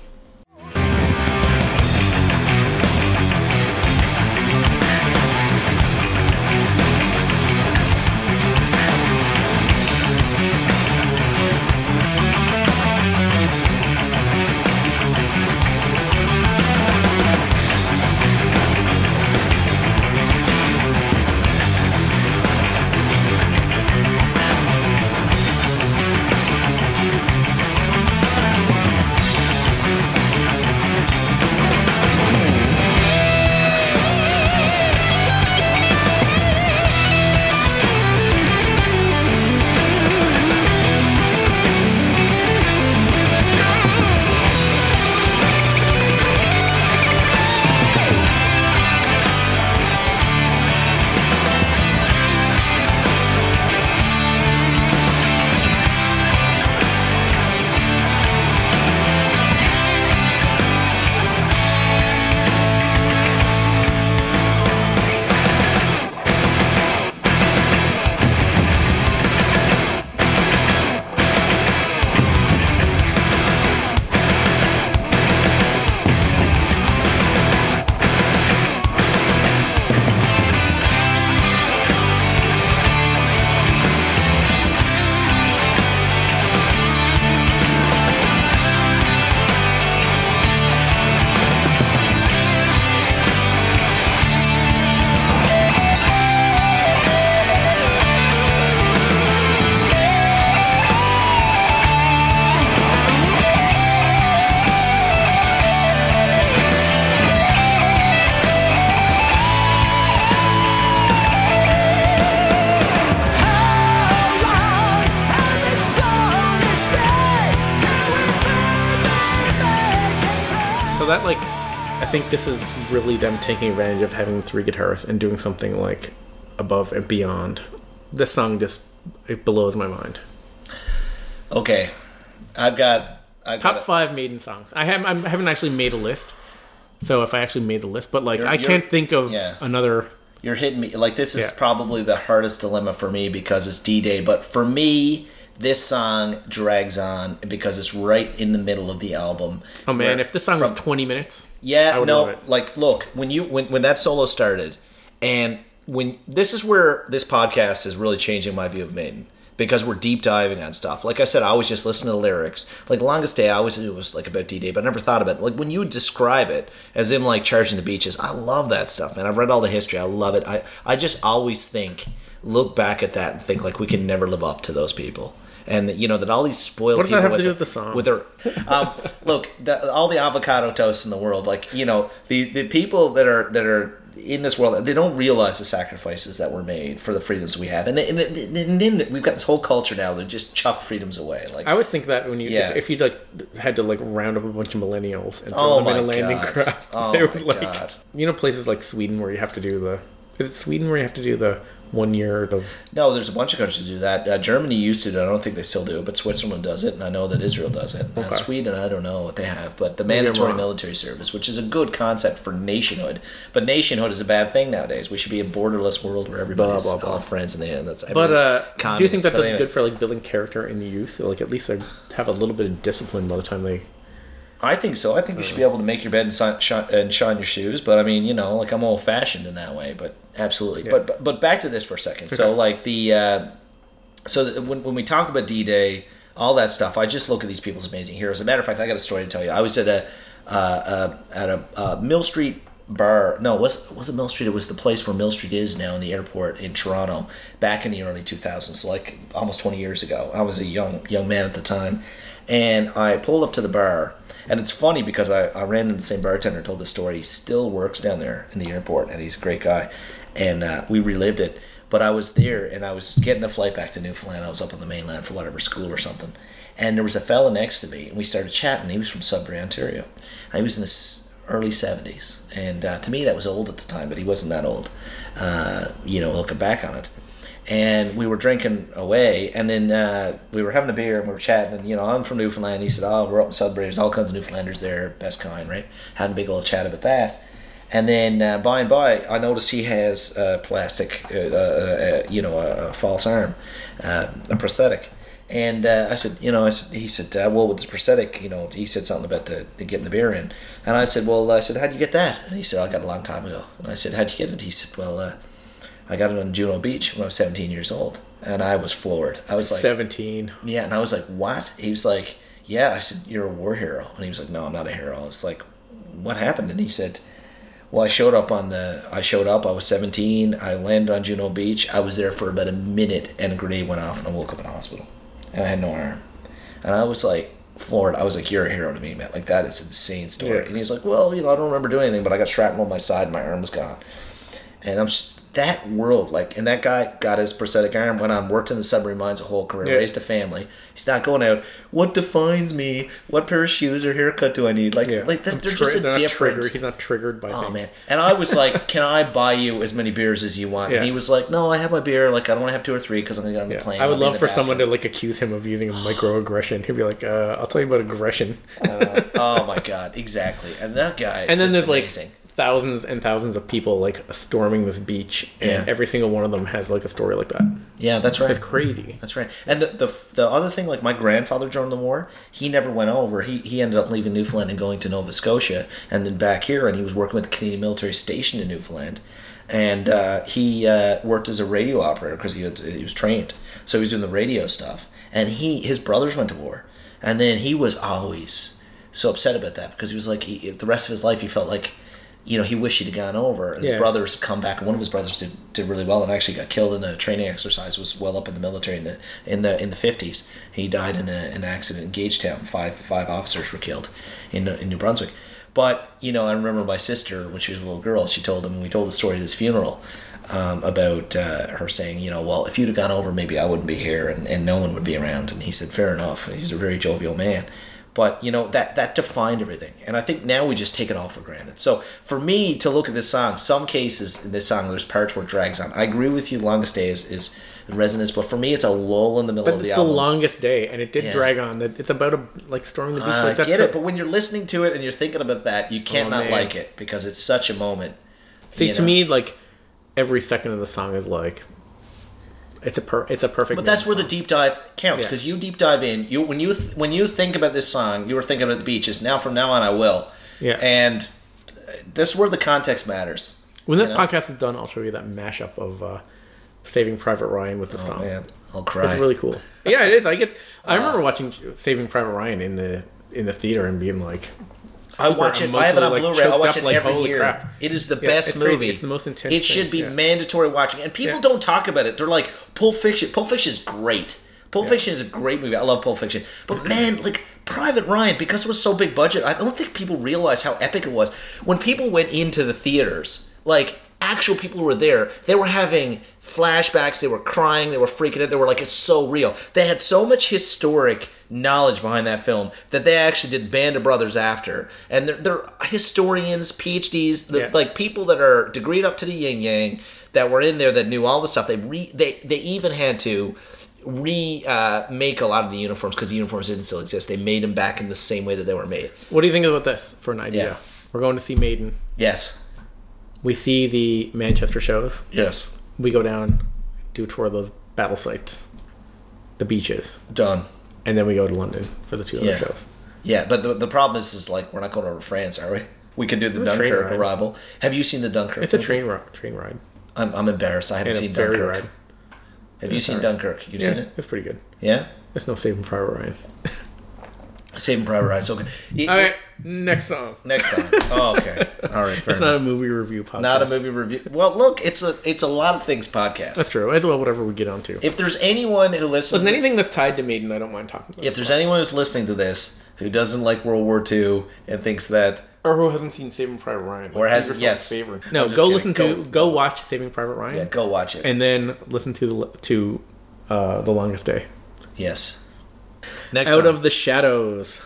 [SPEAKER 2] So that like, I think this is really them taking advantage of having three guitarists and doing something like above and beyond. This song just it blows my mind.
[SPEAKER 1] okay. I've got I've
[SPEAKER 2] Top
[SPEAKER 1] got a-
[SPEAKER 2] five Maiden songs. I have I haven't actually made a list, so if I actually made the list, but like
[SPEAKER 1] You're-
[SPEAKER 2] I
[SPEAKER 1] you're-
[SPEAKER 2] can't think of
[SPEAKER 1] yeah.
[SPEAKER 2] another.
[SPEAKER 1] You're hitting me like this is
[SPEAKER 2] Yeah.
[SPEAKER 1] probably the hardest dilemma for me because it's D Day, but for me. This song drags on because it's right in the middle of the album.
[SPEAKER 2] Oh man,
[SPEAKER 1] where-
[SPEAKER 2] if this song
[SPEAKER 1] from-
[SPEAKER 2] was twenty minutes,
[SPEAKER 1] Yeah,
[SPEAKER 2] I would
[SPEAKER 1] no,
[SPEAKER 2] love it.
[SPEAKER 1] like look, when you when when that solo started and when this is where this podcast is really changing my view of Maiden because we're deep diving on stuff. Like I said, I always just listen to the lyrics. Like longest day, I always knew it was like about D Day, but I never thought about it. Like when you describe it as him like charging the beaches, I love that stuff, man. I've read all the history, I love it. I I just always think, look back at that and think like we can never live up to those people. And you know that all these spoiled
[SPEAKER 2] What does that
[SPEAKER 1] people
[SPEAKER 2] have to do
[SPEAKER 1] their-
[SPEAKER 2] with the song?
[SPEAKER 1] With their um, look, the, all the avocado toast in the world, like you know, the the people that are that are in this world, they don't realize the sacrifices that were made for the freedoms we have, and, and, and then we've got this whole culture now that just chuck freedoms away. Like,
[SPEAKER 2] I always think that when you
[SPEAKER 1] Yeah.
[SPEAKER 2] if, if you like had to like round up a bunch of millennials and throw
[SPEAKER 1] Oh
[SPEAKER 2] them in a
[SPEAKER 1] my
[SPEAKER 2] landing
[SPEAKER 1] God.
[SPEAKER 2] craft,
[SPEAKER 1] Oh
[SPEAKER 2] they would
[SPEAKER 1] my
[SPEAKER 2] like
[SPEAKER 1] God.
[SPEAKER 2] you know places like Sweden where you have to do the is it Sweden where you have to do the one year of
[SPEAKER 1] No, there's a bunch of countries that do that. Uh, Germany used to, do it. I don't think they still do, but Switzerland does it, and I know that Israel does it. Uh,
[SPEAKER 2] Okay.
[SPEAKER 1] Sweden, I don't know what they have, but the
[SPEAKER 2] I'm
[SPEAKER 1] mandatory
[SPEAKER 2] wrong.
[SPEAKER 1] military service, which is a good concept for nationhood, but nationhood is a bad thing nowadays. We should be a borderless world where everybody's
[SPEAKER 2] blah, blah.
[SPEAKER 1] all friends and they and that's
[SPEAKER 2] But
[SPEAKER 1] everybody's
[SPEAKER 2] uh, do you think
[SPEAKER 1] communist.
[SPEAKER 2] that
[SPEAKER 1] But
[SPEAKER 2] that's
[SPEAKER 1] anyway.
[SPEAKER 2] good for like building character in the youth? Like at least they have a little bit of discipline by the time they.
[SPEAKER 1] I think so. I think you should be able to make your bed and shine, shine, and shine your shoes. But I mean, you know, like I'm old fashioned in that way. But absolutely. But, but but back to this for a second. So like the uh, so that when when we talk about D Day, all that stuff, I just look at these people's amazing heroes. As a matter of fact, I got a story to tell you. I was at a uh, uh, at a uh, Mill Street bar. No, it was was it Mill Street? It was the place where Mill Street is now in the airport in Toronto, back in the early 2000s, like almost 20 years ago. I was a young young man at the time, and I pulled up to the bar. And it's funny because I, I ran into the same bartender, told the story. He still works down there in the airport, and he's a great guy. And uh, we relived it. But I was there, and I was getting a flight back to Newfoundland. I was up on the mainland for whatever school or something. And there was a fella next to me, and we started chatting. He was from Sudbury, Ontario. He was in his early 70s. And uh, to me, that was old at the time, but he wasn't that old, uh, you know, looking back on it and we were drinking away, and then uh, we were having a beer and we were chatting. And you know, I'm from Newfoundland. He said, "Oh, we're up in Sudbury. There's all kinds of Newfoundlanders there, best kind, right?" Had a big old chat about that. And then uh, by and by, I noticed he has uh, plastic, uh, uh, uh, you know, a, a false arm, uh, a prosthetic. And uh, I said, you know, I said, he said, uh, well, with this prosthetic, you know, he said something about the, the getting the beer in. And I said, well, I said, how'd you get that? And he said, I got it a long time ago. And I said, how'd you get it? He said, well, uh, I got it on Juno Beach when I was 17 years old, and I was floored. I was like,
[SPEAKER 2] Seventeen.
[SPEAKER 1] yeah, and I was like, what? He was like, yeah. I said, you're a war hero, and he was like, no, I'm not a hero. I was like, what happened? And he said, well, I showed up on the, I showed up. I was 17. I landed on Juno Beach. I was there for about a minute, and a grenade went off, and I woke up in the hospital, and I had no arm, and I was like. Floored. I was like, "You're a hero to me, man. Like that is an insane story."
[SPEAKER 2] Yeah.
[SPEAKER 1] And he's like, "Well, you know, I don't remember doing anything, but I got shrapnel on my side, and my arm was gone." And I'm just that world, like, and that guy got his prosthetic arm, went on, worked in the submarine mines a whole career,
[SPEAKER 2] Yeah.
[SPEAKER 1] raised a family. He's not going out. What defines me? What pair of shoes or haircut do I need? Like, like that, they're
[SPEAKER 2] Tri-
[SPEAKER 1] just a
[SPEAKER 2] not
[SPEAKER 1] different.
[SPEAKER 2] triggered. He's not triggered by
[SPEAKER 1] Oh
[SPEAKER 2] things.
[SPEAKER 1] man! And I was like, "Can I buy you as many beers as you want?"
[SPEAKER 2] Yeah.
[SPEAKER 1] And he was like, "No, I have my beer. Like, I don't want to have two or three because I'm gonna get on the
[SPEAKER 2] Yeah.
[SPEAKER 1] plane."
[SPEAKER 2] I
[SPEAKER 1] I'll
[SPEAKER 2] would
[SPEAKER 1] be in
[SPEAKER 2] love
[SPEAKER 1] the
[SPEAKER 2] for someone to
[SPEAKER 1] bathroom."
[SPEAKER 2] like accuse him of using a microaggression. He'd be like, uh, "I'll tell you about aggression."
[SPEAKER 1] oh my god! Exactly. And that guy. Is
[SPEAKER 2] and then
[SPEAKER 1] just
[SPEAKER 2] there's
[SPEAKER 1] amazing.
[SPEAKER 2] like thousands and thousands of people like storming this beach, and
[SPEAKER 1] Yeah.
[SPEAKER 2] every single one of them has like a story like that.
[SPEAKER 1] yeah, that's right.
[SPEAKER 2] It's crazy.
[SPEAKER 1] That's right. And the, the the other thing, like my grandfather during the war, he never went over. He he ended up leaving Newfoundland and going to Nova Scotia, and then back here, and he was working with the Canadian military station in Newfoundland, and uh, he uh, worked as a radio operator because he had, he was trained, so he was doing the radio stuff. And he his brothers went to war, and then he was always so upset about that because he was like he, the rest of his life he felt like. You know, he wished he'd have gone over, and his
[SPEAKER 2] Yeah.
[SPEAKER 1] brother brothers had come back, and one of his brothers did, did really well, and actually got killed in a training exercise. Was well up in the military in the in the in the fifties. He died in a, an accident in Gagetown. Five five officers were killed in in New Brunswick. But you know, I remember my sister when she was a little girl. She told him, and we told the story of this funeral um, about uh, her saying, you know, well, if you'd have gone over, maybe I wouldn't be here, and, and no one would be around. And he said, fair enough. And he's a very jovial man. But you know that that defined everything, and I think now we just take it all for granted. So for me to look at this song, some cases in this song there's parts where it drags on. I agree with you. Longest day is, is resonance, but for me it's a lull in the middle
[SPEAKER 2] But
[SPEAKER 1] of
[SPEAKER 2] it's
[SPEAKER 1] the
[SPEAKER 2] the
[SPEAKER 1] album.
[SPEAKER 2] longest day, and it did
[SPEAKER 1] Yeah.
[SPEAKER 2] drag on. That it's about a like storming the beach
[SPEAKER 1] I
[SPEAKER 2] like that.
[SPEAKER 1] get
[SPEAKER 2] took-
[SPEAKER 1] it, but when you're listening to it and you're thinking about that, you
[SPEAKER 2] Oh,
[SPEAKER 1] cannot
[SPEAKER 2] man.
[SPEAKER 1] like it because it's such a moment.
[SPEAKER 2] See,
[SPEAKER 1] you
[SPEAKER 2] to
[SPEAKER 1] know.
[SPEAKER 2] me, like every second of the song is like it's a per- it's a perfect.
[SPEAKER 1] But that's where the deep dive counts
[SPEAKER 2] Yeah.
[SPEAKER 1] because you deep dive in. You when you th- when you think about this song, you were thinking about the beaches. Now from now on, I will.
[SPEAKER 2] Yeah.
[SPEAKER 1] And uh, this is where the context matters.
[SPEAKER 2] when this
[SPEAKER 1] you know?
[SPEAKER 2] podcast is done, I'll show you that mashup of uh, Saving Private Ryan with the
[SPEAKER 1] Oh,
[SPEAKER 2] song.
[SPEAKER 1] man, Uh, I'll cry.
[SPEAKER 2] It's really cool. yeah, it is. I get. I remember watching Saving Private Ryan in the in the theater and being like,
[SPEAKER 1] I watch it. I have it on
[SPEAKER 2] emotionally, like,
[SPEAKER 1] Blu-ray. I
[SPEAKER 2] choked
[SPEAKER 1] watch
[SPEAKER 2] up,
[SPEAKER 1] it
[SPEAKER 2] like,
[SPEAKER 1] every
[SPEAKER 2] holy
[SPEAKER 1] year.
[SPEAKER 2] crap.
[SPEAKER 1] It is the
[SPEAKER 2] Yeah,
[SPEAKER 1] best
[SPEAKER 2] it's crazy.
[SPEAKER 1] movie.
[SPEAKER 2] It's the most intense
[SPEAKER 1] It should
[SPEAKER 2] thing,
[SPEAKER 1] be
[SPEAKER 2] yeah.
[SPEAKER 1] mandatory watching, and people
[SPEAKER 2] Yeah.
[SPEAKER 1] don't talk about it. They're like Pulp Fiction. Pulp Fiction is great. Pulp Fiction is a great movie. I love Pulp Fiction, but man, like Private Ryan, because it was so big budget, I don't think people realize how epic it was. When people went into the theaters, like actual people were there. They were having flashbacks. They were crying. They were freaking out. They were like, it's so real. They had so much historic knowledge behind that film that they actually did Band of Brothers after. And they're, they're historians, PhDs, the,
[SPEAKER 2] Yeah.
[SPEAKER 1] like people that are degreed up to the yin yang. that were in there that knew all the stuff. They re they they even had to remake uh, make a lot of the uniforms because the uniforms didn't still exist. They made them back in the same way that they were made.
[SPEAKER 2] What do you think about this for an idea?
[SPEAKER 1] Yeah.
[SPEAKER 2] We're going to see Maiden.
[SPEAKER 1] Yes.
[SPEAKER 2] We see the Manchester shows.
[SPEAKER 1] Yes.
[SPEAKER 2] We go down, do a tour of those battle sites, the beaches,
[SPEAKER 1] Done.
[SPEAKER 2] and then we go to London for the two other
[SPEAKER 1] Yeah.
[SPEAKER 2] shows.
[SPEAKER 1] Yeah, but the, the problem is, is like we're not going over France, are we? We can do the
[SPEAKER 2] a train
[SPEAKER 1] Dunkirk
[SPEAKER 2] ride.
[SPEAKER 1] arrival. Have you seen the Dunkirk?
[SPEAKER 2] It's a train ro- train ride
[SPEAKER 1] I'm, I'm embarrassed. I haven't
[SPEAKER 2] and a
[SPEAKER 1] seen
[SPEAKER 2] ferry
[SPEAKER 1] Dunkirk.
[SPEAKER 2] ride.
[SPEAKER 1] Have you seen
[SPEAKER 2] sorry.
[SPEAKER 1] Dunkirk? You've seen
[SPEAKER 2] Yeah,
[SPEAKER 1] it?
[SPEAKER 2] it's pretty good.
[SPEAKER 1] Yeah.
[SPEAKER 2] There's no saving Private Ryan.
[SPEAKER 1] Saving Private Ryan. So, okay. Y-
[SPEAKER 2] All right, next song.
[SPEAKER 1] Next song. Oh, okay. All right. Fair
[SPEAKER 2] It's
[SPEAKER 1] enough.
[SPEAKER 2] not a movie review podcast.
[SPEAKER 1] Not a movie review. Well, look, it's a it's a lot of things podcast.
[SPEAKER 2] That's true. It's well, whatever we get onto.
[SPEAKER 1] If there's anyone who listens,
[SPEAKER 2] Listen, anything that's tied to Maiden, I don't mind talking about.
[SPEAKER 1] if there's anyone who's listening to this who doesn't like World War II and thinks that
[SPEAKER 2] or who hasn't seen Saving Private Ryan,
[SPEAKER 1] Or
[SPEAKER 2] do
[SPEAKER 1] hasn't-
[SPEAKER 2] yourself
[SPEAKER 1] yes.
[SPEAKER 2] a favor.
[SPEAKER 1] I'm
[SPEAKER 2] No,
[SPEAKER 1] just
[SPEAKER 2] go
[SPEAKER 1] kidding.
[SPEAKER 2] listen
[SPEAKER 1] Go-
[SPEAKER 2] to go watch Saving Private Ryan,
[SPEAKER 1] yeah, go watch it.
[SPEAKER 2] and then listen to the to uh, the longest day.
[SPEAKER 1] yes. Next
[SPEAKER 2] Out
[SPEAKER 1] song.
[SPEAKER 2] of the shadows.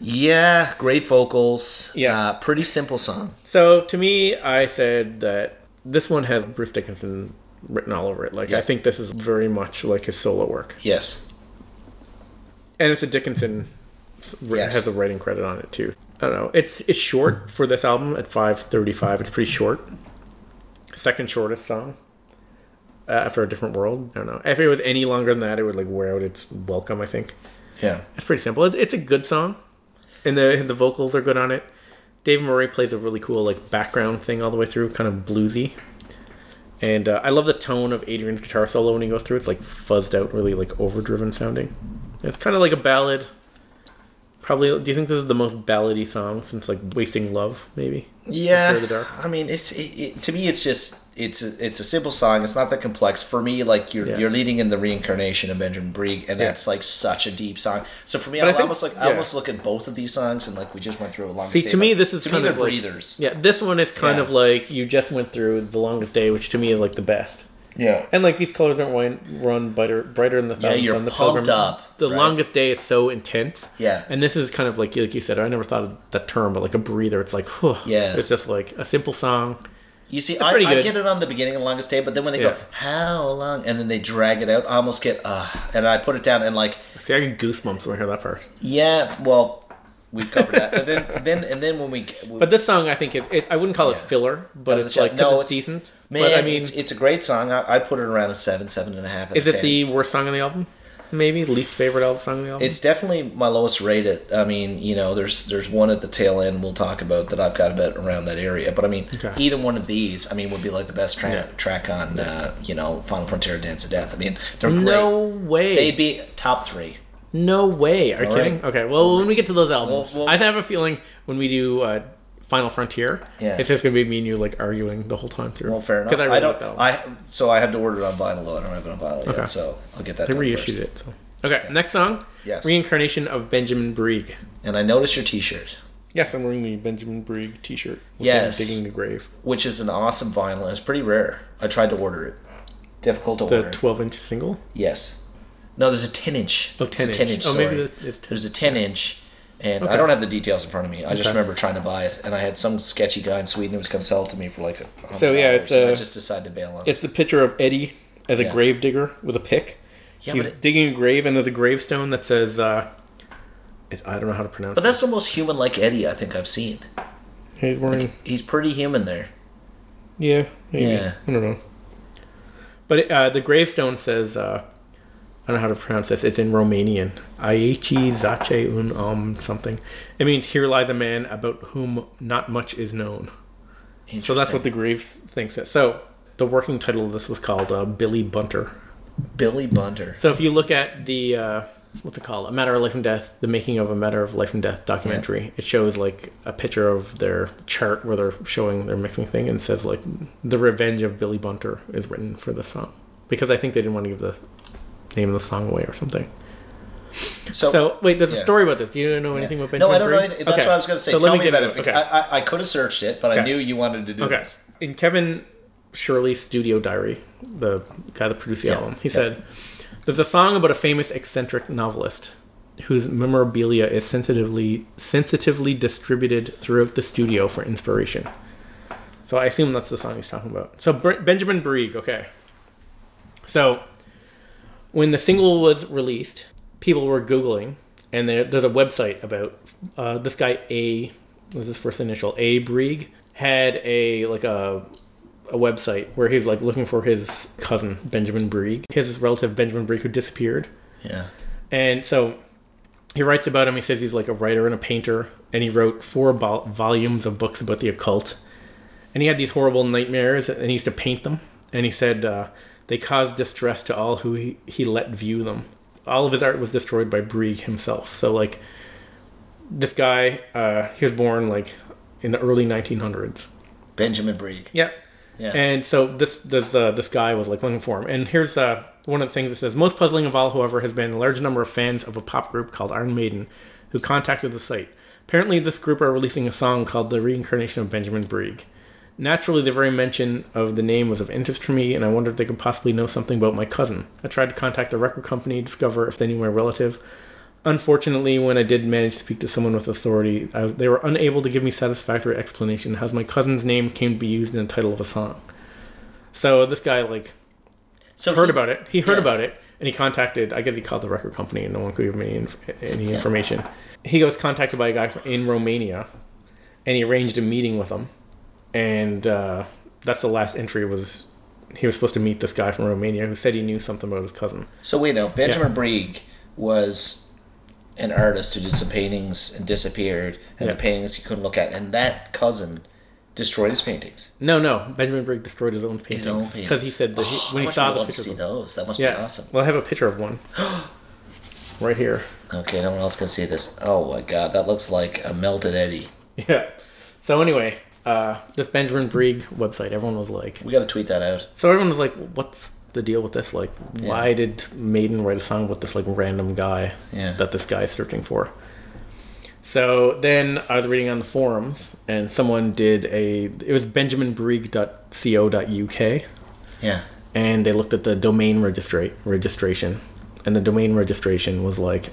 [SPEAKER 1] yeah, great vocals.
[SPEAKER 2] Yeah.
[SPEAKER 1] uh, pretty simple song.
[SPEAKER 2] So to me, I said that this one has Bruce Dickinson written all over it. Like I think this is very much like his solo work,
[SPEAKER 1] Yes.
[SPEAKER 2] and it's a Dickinson
[SPEAKER 1] Yes.
[SPEAKER 2] has a writing credit on it too. I don't know. It's it's short for this album at five thirty five. It's pretty short. Second shortest song. Uh, after a different world, I don't know. If it was any longer than that, it would like wear out its welcome. I think
[SPEAKER 1] Yeah.
[SPEAKER 2] it's pretty simple. It's, it's a good song, and the the vocals are good on it. Dave Murray plays a really cool like background thing all the way through, kind of bluesy. And uh, I love the tone of Adrian's guitar solo when he goes through. It's like fuzzed out, really like overdriven sounding. It's kind of like a ballad. Probably. Do you think this is the most ballady song since like "Wasting Love"? Maybe.
[SPEAKER 1] Yeah,
[SPEAKER 2] Afraid of the dark.
[SPEAKER 1] I mean, it's it, it, to me, it's just it's a, it's a simple song. It's not that complex for me. Like you're
[SPEAKER 2] Yeah.
[SPEAKER 1] you're leading in the reincarnation of Benjamin Brieg, and
[SPEAKER 2] Yeah.
[SPEAKER 1] that's like such a deep song. So for me,
[SPEAKER 2] But
[SPEAKER 1] I
[SPEAKER 2] I think-
[SPEAKER 1] almost like I
[SPEAKER 2] yeah.
[SPEAKER 1] almost look at both of these songs, and like we just went through a long.
[SPEAKER 2] See,
[SPEAKER 1] day,
[SPEAKER 2] to me,
[SPEAKER 1] but
[SPEAKER 2] this is
[SPEAKER 1] to
[SPEAKER 2] kind
[SPEAKER 1] me they're
[SPEAKER 2] of like-
[SPEAKER 1] breathers.
[SPEAKER 2] Yeah, this one is kind
[SPEAKER 1] Yeah.
[SPEAKER 2] of like you just went through the longest day, which to me is like the best.
[SPEAKER 1] yeah,
[SPEAKER 2] And like these colors aren't wine, run brighter, brighter than the thousand
[SPEAKER 1] you're
[SPEAKER 2] sun, The
[SPEAKER 1] pumped
[SPEAKER 2] Pilgrim-
[SPEAKER 1] up,
[SPEAKER 2] The
[SPEAKER 1] right?
[SPEAKER 2] longest day is so intense.
[SPEAKER 1] Yeah.
[SPEAKER 2] And this is kind of like like you said. I never thought of that term, but like a breather. It's like, whew,
[SPEAKER 1] Yeah.
[SPEAKER 2] It's just like a simple song.
[SPEAKER 1] You see, I,
[SPEAKER 2] pretty
[SPEAKER 1] I
[SPEAKER 2] good.
[SPEAKER 1] get it on the beginning of longest day, but then when they
[SPEAKER 2] Yeah.
[SPEAKER 1] go how long, and then they drag it out, I almost get uh, and I put it down, and like
[SPEAKER 2] See, I get goosebumps when I hear that part.
[SPEAKER 1] yeah, well, we've covered that, but then then and then when we
[SPEAKER 2] But this song, I think is. It, I wouldn't call it
[SPEAKER 1] Yeah.
[SPEAKER 2] filler, but
[SPEAKER 1] Out of
[SPEAKER 2] it's
[SPEAKER 1] the
[SPEAKER 2] like
[SPEAKER 1] shot.
[SPEAKER 2] 'cause
[SPEAKER 1] No,
[SPEAKER 2] it's
[SPEAKER 1] it's-
[SPEAKER 2] decent.
[SPEAKER 1] Man,
[SPEAKER 2] but I mean,
[SPEAKER 1] it's, it's a great song. I, I put it around a seven, seven and a half. out
[SPEAKER 2] is
[SPEAKER 1] of
[SPEAKER 2] it
[SPEAKER 1] 10.
[SPEAKER 2] the worst song on the album? Maybe least favorite al- song on the album.
[SPEAKER 1] It's definitely my lowest rated. I mean, you know, there's there's one at the tail end we'll talk about that I've got about around that area. But I mean,
[SPEAKER 2] Okay.
[SPEAKER 1] either one of these, I mean, would be like the best tra-
[SPEAKER 2] Yeah.
[SPEAKER 1] track on, uh, you know, Final Frontier, Dance of Death. I mean, they're
[SPEAKER 2] no
[SPEAKER 1] great.
[SPEAKER 2] way.
[SPEAKER 1] They'd be top three.
[SPEAKER 2] No way. Are you
[SPEAKER 1] All
[SPEAKER 2] kidding?
[SPEAKER 1] right.
[SPEAKER 2] Okay. Well, when we get to those albums,
[SPEAKER 1] Well, well-
[SPEAKER 2] I have a feeling when we do uh, Final Frontier,
[SPEAKER 1] Yeah.
[SPEAKER 2] it's just gonna be me and you like arguing the whole time through.
[SPEAKER 1] Well, fair enough.
[SPEAKER 2] Because I,
[SPEAKER 1] I,
[SPEAKER 2] really like
[SPEAKER 1] don't.
[SPEAKER 2] that one.
[SPEAKER 1] I so I have to order it on vinyl. though. I don't have it on vinyl
[SPEAKER 2] Okay.
[SPEAKER 1] yet, so I'll get that.
[SPEAKER 2] they
[SPEAKER 1] done
[SPEAKER 2] reissued
[SPEAKER 1] first.
[SPEAKER 2] it. so. Okay. Next song.
[SPEAKER 1] Yes.
[SPEAKER 2] Reincarnation of Benjamin Brieg.
[SPEAKER 1] And I noticed your T-shirt.
[SPEAKER 2] Yes, I'm wearing the Benjamin Brieg T-shirt. with
[SPEAKER 1] Yes.
[SPEAKER 2] him Digging the grave.
[SPEAKER 1] which is an awesome vinyl. and It's pretty rare. I tried to order it. Difficult to
[SPEAKER 2] The
[SPEAKER 1] order.
[SPEAKER 2] 12-inch single.
[SPEAKER 1] yes. No, there's a 10 inch.
[SPEAKER 2] Oh,
[SPEAKER 1] It's
[SPEAKER 2] 10
[SPEAKER 1] a
[SPEAKER 2] inch.
[SPEAKER 1] 10 inch.
[SPEAKER 2] Oh, maybe
[SPEAKER 1] sorry.
[SPEAKER 2] the- it's 10.
[SPEAKER 1] there's a 10 inch, and I
[SPEAKER 2] Okay.
[SPEAKER 1] don't have the details in front of me. I just
[SPEAKER 2] Okay.
[SPEAKER 1] remember trying to buy it, and I had some sketchy guy in Sweden who was going to sell it to me for like a. hundred
[SPEAKER 2] So, yeah,
[SPEAKER 1] dollars,
[SPEAKER 2] it's
[SPEAKER 1] and I
[SPEAKER 2] a-
[SPEAKER 1] just decided to bail on. it.
[SPEAKER 2] It's a picture of Eddie as a
[SPEAKER 1] Yeah.
[SPEAKER 2] grave digger with a pick.
[SPEAKER 1] Yeah,
[SPEAKER 2] He's
[SPEAKER 1] but, it-
[SPEAKER 2] digging a grave, and there's a gravestone that says, uh, it's, "I don't know how to pronounce."
[SPEAKER 1] but that's the most human like Eddie I think I've seen.
[SPEAKER 2] it. He's wearing.
[SPEAKER 1] He's pretty human there.
[SPEAKER 2] Yeah, maybe.
[SPEAKER 1] Yeah.
[SPEAKER 2] I don't know. But uh, the gravestone says, uh, I don't know how to pronounce this. It's in Romanian. Aici zace un om something. It means here lies a man about whom not much is known. So
[SPEAKER 1] Interesting.
[SPEAKER 2] that's what the grave thing says. So the working title of this was called uh, Billy Bunter.
[SPEAKER 1] Billy Bunter.
[SPEAKER 2] So if you look at the uh, what's it called, A Matter of Life and Death, the making of a Matter of Life and Death documentary, it shows like a picture of their chart where they're showing their mixing thing, and it says like the Revenge of Billy Bunter is written for the song because I think they didn't want to give the name of the song away or something.
[SPEAKER 1] So,
[SPEAKER 2] So wait, there's
[SPEAKER 1] yeah.
[SPEAKER 2] a story about this. Do you know anything about
[SPEAKER 1] no,
[SPEAKER 2] Benjamin?
[SPEAKER 1] I don't know.
[SPEAKER 2] Briggs?
[SPEAKER 1] Anything. That's
[SPEAKER 2] Okay.
[SPEAKER 1] what I was going to say.
[SPEAKER 2] So
[SPEAKER 1] Tell
[SPEAKER 2] let
[SPEAKER 1] me,
[SPEAKER 2] get
[SPEAKER 1] about it.
[SPEAKER 2] into
[SPEAKER 1] because I, I, I could have searched it, but I
[SPEAKER 2] Okay.
[SPEAKER 1] knew you wanted to do
[SPEAKER 2] Okay.
[SPEAKER 1] this.
[SPEAKER 2] In Kevin Shirley's studio diary, the guy that produced the album, he
[SPEAKER 1] yeah.
[SPEAKER 2] said, "There's a song about a famous eccentric novelist whose memorabilia is sensitively sensitively distributed throughout the studio for inspiration." So I assume that's the song he's talking about. So Bre- Benjamin Brieg, okay. So when the single was released, people were Googling, and there, there's a website about uh, this guy A. What was his first initial A Brieg had a like a a website where he's like looking for his cousin Benjamin Brieg, his relative Benjamin Brieg who disappeared.
[SPEAKER 1] Yeah.
[SPEAKER 2] And so he writes about him. He says he's like a writer and a painter, and he wrote four vol- volumes of books about the occult. And he had these horrible nightmares, and he used to paint them. And he said uh, they caused distress to all who he, he let view them. All of his art was destroyed by Brieg himself. So like this guy, uh, he was born like in the early 1900s.
[SPEAKER 1] Benjamin Brieg.
[SPEAKER 2] Yeah.
[SPEAKER 1] Yeah.
[SPEAKER 2] And so this this uh, this guy was like looking for him. And here's uh, one of the things that says most puzzling of all, however, has been a large number of fans of a pop group called Iron Maiden, who contacted the site. Apparently, this group are releasing a song called "The Reincarnation of Benjamin Brieg." Naturally, the very mention of the name was of interest to me, and I wondered if they could possibly know something about my cousin. I tried to contact the record company to discover if they knew my relative. Unfortunately, when I did manage to speak to someone with authority, I was, they were unable to give me satisfactory explanation how my cousin's name came to be used in the title of a song. So this guy like
[SPEAKER 1] So
[SPEAKER 2] heard
[SPEAKER 1] he-
[SPEAKER 2] about it. He heard
[SPEAKER 1] yeah.
[SPEAKER 2] about it, and he contacted. I guess he called the record company, and no one could give me inf- any information. He was contacted by a guy fr- in Romania, and he arranged a meeting with him. And uh, that's the last entry. Was he was supposed to meet this guy from Romania who said he knew something about his cousin.
[SPEAKER 1] So wait now, Benjamin Brieg was an artist who did some paintings and disappeared, and
[SPEAKER 2] Yeah.
[SPEAKER 1] the paintings he couldn't look at, and that cousin destroyed his paintings.
[SPEAKER 2] No, no. Benjamin Brigg destroyed his own paintings.
[SPEAKER 1] His own paintings.
[SPEAKER 2] Because he said that he,
[SPEAKER 1] Oh,
[SPEAKER 2] when
[SPEAKER 1] I
[SPEAKER 2] he
[SPEAKER 1] would
[SPEAKER 2] saw the
[SPEAKER 1] love to
[SPEAKER 2] pictures.
[SPEAKER 1] see
[SPEAKER 2] of-
[SPEAKER 1] those. That must
[SPEAKER 2] Yeah.
[SPEAKER 1] be awesome.
[SPEAKER 2] Well, I have a picture of one. right here.
[SPEAKER 1] Okay, no one else can see this. Oh my god, that looks like a melted Eddie.
[SPEAKER 2] Yeah. So anyway, uh, this Benjamin Brigg website, everyone was like,
[SPEAKER 1] We got to tweet that out.
[SPEAKER 2] so everyone was like, what's the deal with this? Like, why did Maiden write a song about this like random guy
[SPEAKER 1] Yeah.
[SPEAKER 2] that this guy's searching for? So then I was reading on the forums, and someone did a. It was benjaminbrigg.co.uk.
[SPEAKER 1] Yeah.
[SPEAKER 2] and they looked at the domain registra- registration, and the domain registration was like